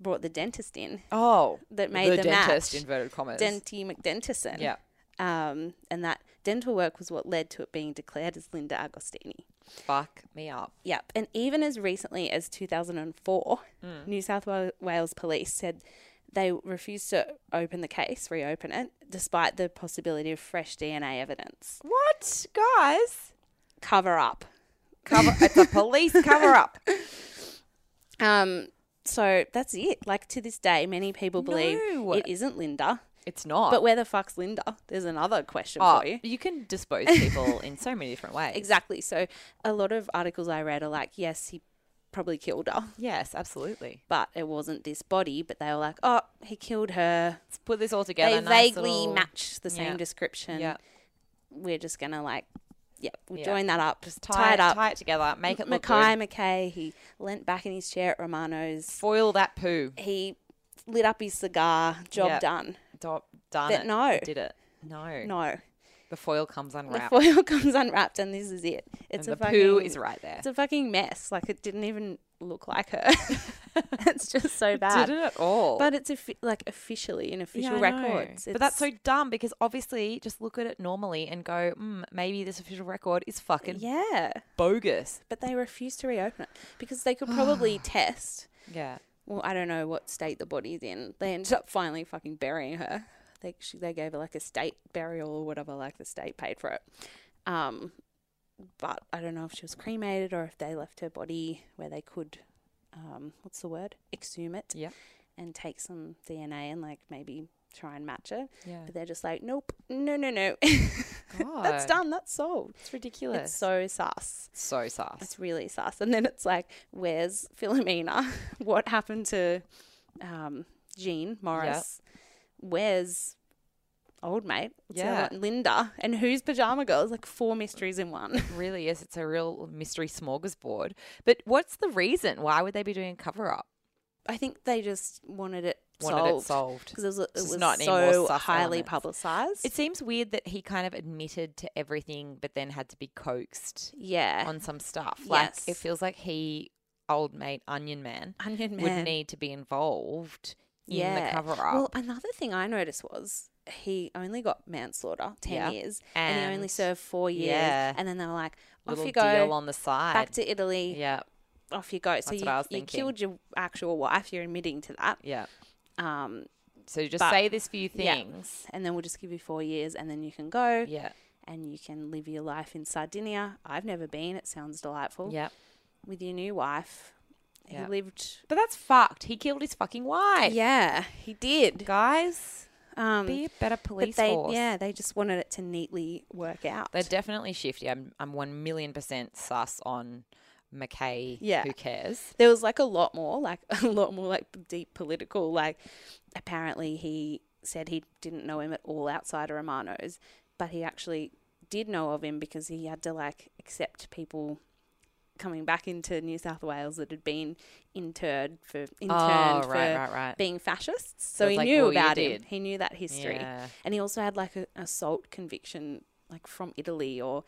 A: brought the dentist in,
B: oh,
A: that made
B: the,
A: the
B: dentist.
A: match.
B: Inverted commas.
A: Denty McDentison.
B: yeah.
A: Um, and that dental work was what led to it being declared as Linda Agostini.
B: Fuck me up.
A: Yep.
B: Mm.
A: And even as recently as 2004, New South Wa- Wales police said They refused to open the case, reopen it, despite the possibility of fresh DNA evidence.
B: What, guys?
A: Cover up.
B: Cover. it's a police cover up.
A: Um, so that's it. Like to this day, many people believe
B: No.
A: it isn't Linda.
B: It's not.
A: But where the fuck's Linda? There's another question
B: Oh,
A: for you.
B: you can dispose people in so many different ways.
A: Exactly. So a lot of articles I read are like, yes, he probably killed her,
B: Yes, absolutely.
A: but it wasn't this body. But they were like, oh, he killed her.
B: Let's put this all
A: they
B: together. nice
A: vaguely
B: little-
A: match the same
B: Yeah.
A: description.
B: Yeah.
A: We're just gonna like, yeah, we'll
B: Yeah.
A: join that up. Just
B: Tie,
A: tie, it up.
B: Tie it together. Make it look
A: Mackay
B: good.
A: McKay, he leant back in his chair at Romano's.
B: Foil that poo.
A: He lit up his cigar. Job
B: Yeah.
A: done.
B: Do- done
A: But
B: it.
A: no.
B: Did it. No.
A: No,
B: The foil comes
A: the
B: unwrapped.
A: foil comes unwrapped, and this is it.
B: and
A: It's
B: the
A: a fucking
B: poo is right there.
A: It's a fucking mess. Like it didn't even look like her. it's just so bad.
B: Didn't at all.
A: But it's offi- like officially in
B: Yeah,
A: official
B: I know.
A: records.
B: But that's
A: It's-
B: so dumb because obviously just look at it normally and go, mm, maybe this official record is fucking
A: yeah.
B: bogus.
A: But they refuse to reopen it because they could probably test.
B: Yeah.
A: Well, I don't know what state the body's in. They ended up finally fucking burying her. They she, they gave her like a state burial or whatever. Like the state paid for it. Um, but I don't know if she was cremated or if they left her body where they could. Um, what's the word? Exhume it.
B: Yep.
A: and take some DNA and like maybe try and match it.
B: Yeah.
A: But they're just like, nope, no, no, no. that's
B: God.
A: done. That's solved.
B: It's ridiculous.
A: It's so sus.
B: so sus.
A: It's really sus. And then it's like, where's Philomena? what happened to um, Jean Morris? Where's old mate? What's the other
B: Yeah.
A: one? Linda. And who's Pajama Girls? Like four mysteries in one.
B: It really is. It's a real mystery smorgasbord. But what's the reason? Why would they be doing a cover up?
A: I think they just wanted it
B: Wanted
A: solved.
B: it solved.
A: Because it was, it
B: Just
A: was
B: not any more
A: so
B: sus
A: highly
B: elements.
A: publicized.
B: It seems weird that he kind of admitted to everything, but then had to be coaxed
A: yeah.
B: on some stuff. Like
A: Yes.
B: it feels like he, old mate, onion man,
A: Onion Man.
B: would need to be involved in the
A: Yeah.
B: cover up.
A: Well, another thing I noticed was he only got manslaughter, 10
B: Yeah.
A: years, and, he only
B: And-
A: served four years.
B: yeah.
A: And then they were like, off
B: little
A: you
B: deal
A: go,
B: on the side.
A: back to Italy,
B: yeah,
A: off you go. So you,
B: That's what I was
A: you
B: thinking.
A: killed your actual wife, you're admitting to that.
B: yeah.
A: Um,
B: So just
A: But-
B: say this few
A: yeah.
B: things.
A: and then we'll just give you four years, and then you can go
B: Yeah.
A: and you can live your life in Sardinia. I've never been, it sounds delightful,
B: Yeah.
A: with your new wife. He
B: Yeah.
A: lived.
B: But that's fucked. He killed his fucking wife.
A: Yeah, he did.
B: Guys,
A: Um,
B: be a better
A: but
B: police
A: they,
B: force.
A: yeah, they just wanted it to neatly work out.
B: They're definitely shifty. I'm I'm one million percent sus on McKay.
A: Yeah.
B: Who cares?
A: there was like a lot more, like a lot more like deep political. Like apparently he said he didn't know him at all outside of Romano's, but he actually did know of him because he had to like accept people coming back into New South Wales that had been interred for interned
B: oh,
A: for
B: right, right, right.
A: being fascists. So
B: it's
A: he
B: like,
A: knew
B: oh, you
A: about him.
B: did.
A: He knew that history.
B: Yeah.
A: And he also had like a, an assault conviction, like from Italy or,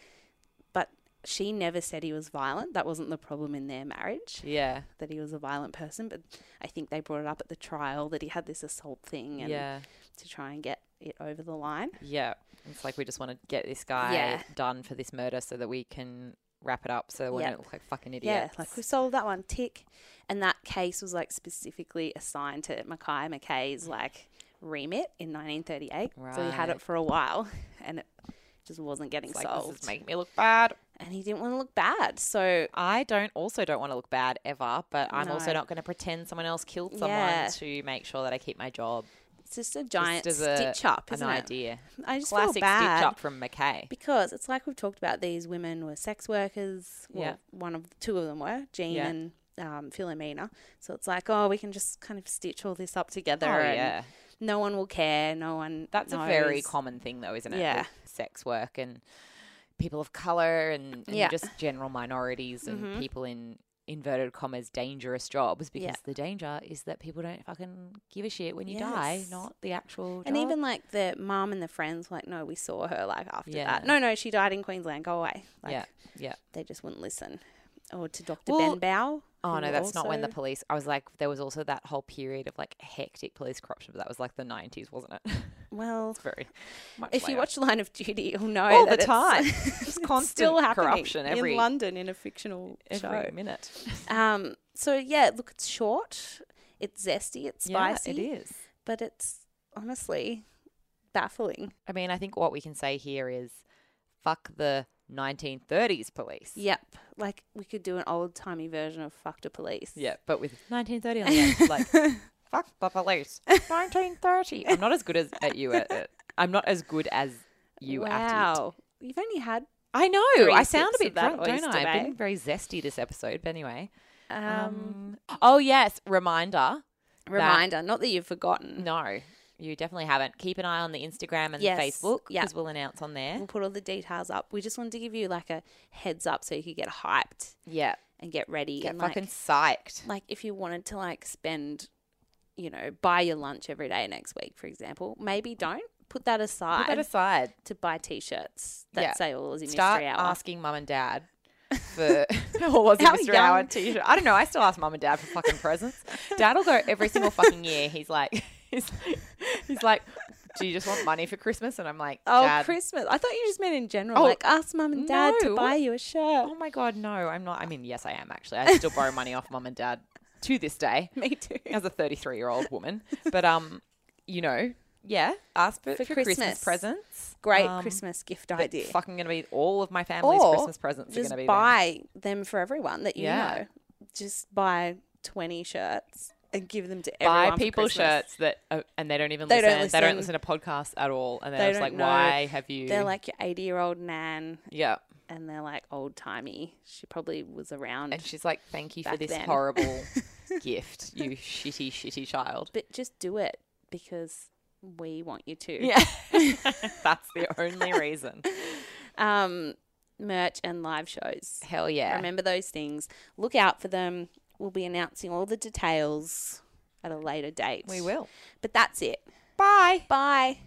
A: but she never said he was violent. That wasn't the problem in their marriage
B: Yeah.
A: that he was a violent person, but I think they brought it up at the trial that he had this assault thing and
B: Yeah.
A: to try and get it over the line.
B: Yeah. It's like we just want to get this guy
A: Yeah.
B: done for this murder so that we can wrap it up so we
A: Yeah.
B: don't look like fucking
A: Yeah,
B: idiots.
A: like we solved that one tick, and that case was like specifically assigned to Mackay McKay's like remit in 1938. So he had
B: Right.
A: it for a while, and it just wasn't getting
B: It's like this
A: solved,
B: is making me look bad.
A: and he didn't want to look bad. So
B: I don't also don't want to look bad ever, but I'm also
A: No.
B: not going to pretend someone else killed someone
A: Yeah.
B: to make sure that I keep my job.
A: it's just a giant
B: just as a,
A: stitch up,
B: an
A: isn't it?
B: idea.
A: I just
B: Classic
A: feel bad.
B: stitch up from McKay.
A: because it's like we've talked about these women were sex workers well,
B: Yeah.
A: one of two of them were jean
B: Yeah.
A: and um, philomena so it's like oh we can just kind of stitch all this up together
B: Oh
A: and
B: yeah,
A: no one will care no one
B: that's a very
A: knows.
B: common thing though, isn't it?
A: Yeah.
B: with sex work and people of color and, and
A: Yeah.
B: just general minorities and
A: Mhm.
B: people in inverted commas dangerous jobs because
A: Yeah.
B: the danger is that people don't fucking give a shit when you die,
A: Yes.
B: not the actual.
A: and
B: job.
A: even like the mum and the friends were like no we saw her like after
B: Yeah.
A: that no no she died in queensland go away like
B: Yeah, yeah.
A: they just wouldn't listen or to dr
B: Well,
A: ben bow
B: Oh
A: who
B: no, that's not when the
A: also-
B: police. I was like, there was also that whole period of like hectic police corruption, but that was like the nineties, wasn't it?
A: well
B: It's very much
A: if you
B: later.
A: watch line of duty you'll know
B: all
A: that
B: the
A: it's-
B: time,
A: it's
B: it's constant
A: still happening
B: corruption every
A: in london in a fictional show
B: every minute.
A: Um, so yeah, look, it's short, it's zesty, it's
B: Yeah,
A: spicy.
B: it is.
A: but it's honestly baffling.
B: I mean, I think what we can say here is fuck the 1930s police.
A: Yep. Like we could do an old timey version of fuck the police.
B: Yeah, but with 1930 on the end, like fuck the police. 1930. I'm not as good as at you at it. I'm not as good as you at it.
A: wow. You've only had
B: I know. I
A: Three-sixths
B: sound a
A: of
B: bit
A: that
B: drunk, don't
A: oyster
B: I? I've
A: bay.
B: been very zesty this episode, but anyway.
A: um,
B: Um, oh yes, reminder.
A: reminder, not that you've forgotten.
B: No, you definitely haven't. Keep an eye on the Instagram and
A: Mm. Yes,
B: Facebook
A: yeah.
B: because we'll announce on there.
A: We'll put all the details up. We just wanted to give you like a heads up so you could get hyped
B: Yeah,
A: and get ready
B: get
A: and like
B: fucking psyched.
A: like if you wanted to like spend you know, buy your lunch every day next week, for example, maybe don't put that aside
B: Put that aside.
A: to buy t-shirts that
B: Yeah.
A: say all is in
B: Start
A: mystery hour.
B: asking mum and dad for what was it,
A: How
B: Mr. Hour
A: young?
B: t-shirt. I don't know. I still ask mum and dad for fucking presents. Dad will go every single fucking year. He's like, he's, he's like, do you just want money for Christmas? And I'm like,
A: Oh,
B: "Dad,
A: Christmas. I thought you just meant in general.
B: Oh,
A: like, ask mum and dad to
B: no.
A: buy you a shirt.
B: Oh my god, no, I'm not. I mean, yes, I am actually. I still borrow money off mum and dad to this day.
A: Me too.
B: as a 33 year old woman. But um, you know, yeah, ask for,
A: For
B: for Christmas.
A: Christmas.
B: presents.
A: Great
B: Um,
A: Christmas gift
B: that's
A: idea.
B: Fucking gonna be all of my family's
A: Or
B: Christmas presents are
A: Just
B: gonna be
A: buy them for everyone that you
B: Yeah.
A: know. Just buy 20 shirts and give them to
B: there.
A: everyone.
B: buy
A: for
B: people
A: Christmas.
B: shirts that uh, and they don't even
A: They
B: listen.
A: don't
B: They don't
A: listen.
B: listen to podcasts at all. And
A: They
B: they're just
A: don't
B: like,
A: know.
B: why have you?
A: They're like your 80 year old nan
B: yeah.
A: and they're like old timey. She probably was around.
B: And she's like, thank you for
A: Back
B: this
A: then.
B: horrible gift, you shitty, shitty child.
A: but just do it because we want you to.
B: Yeah, that's the only reason.
A: Um, merch and live shows.
B: Hell yeah.
A: Remember those things. Look out for them. We'll be announcing all the details at a later date.
B: We will.
A: But that's it.
B: Bye.
A: Bye.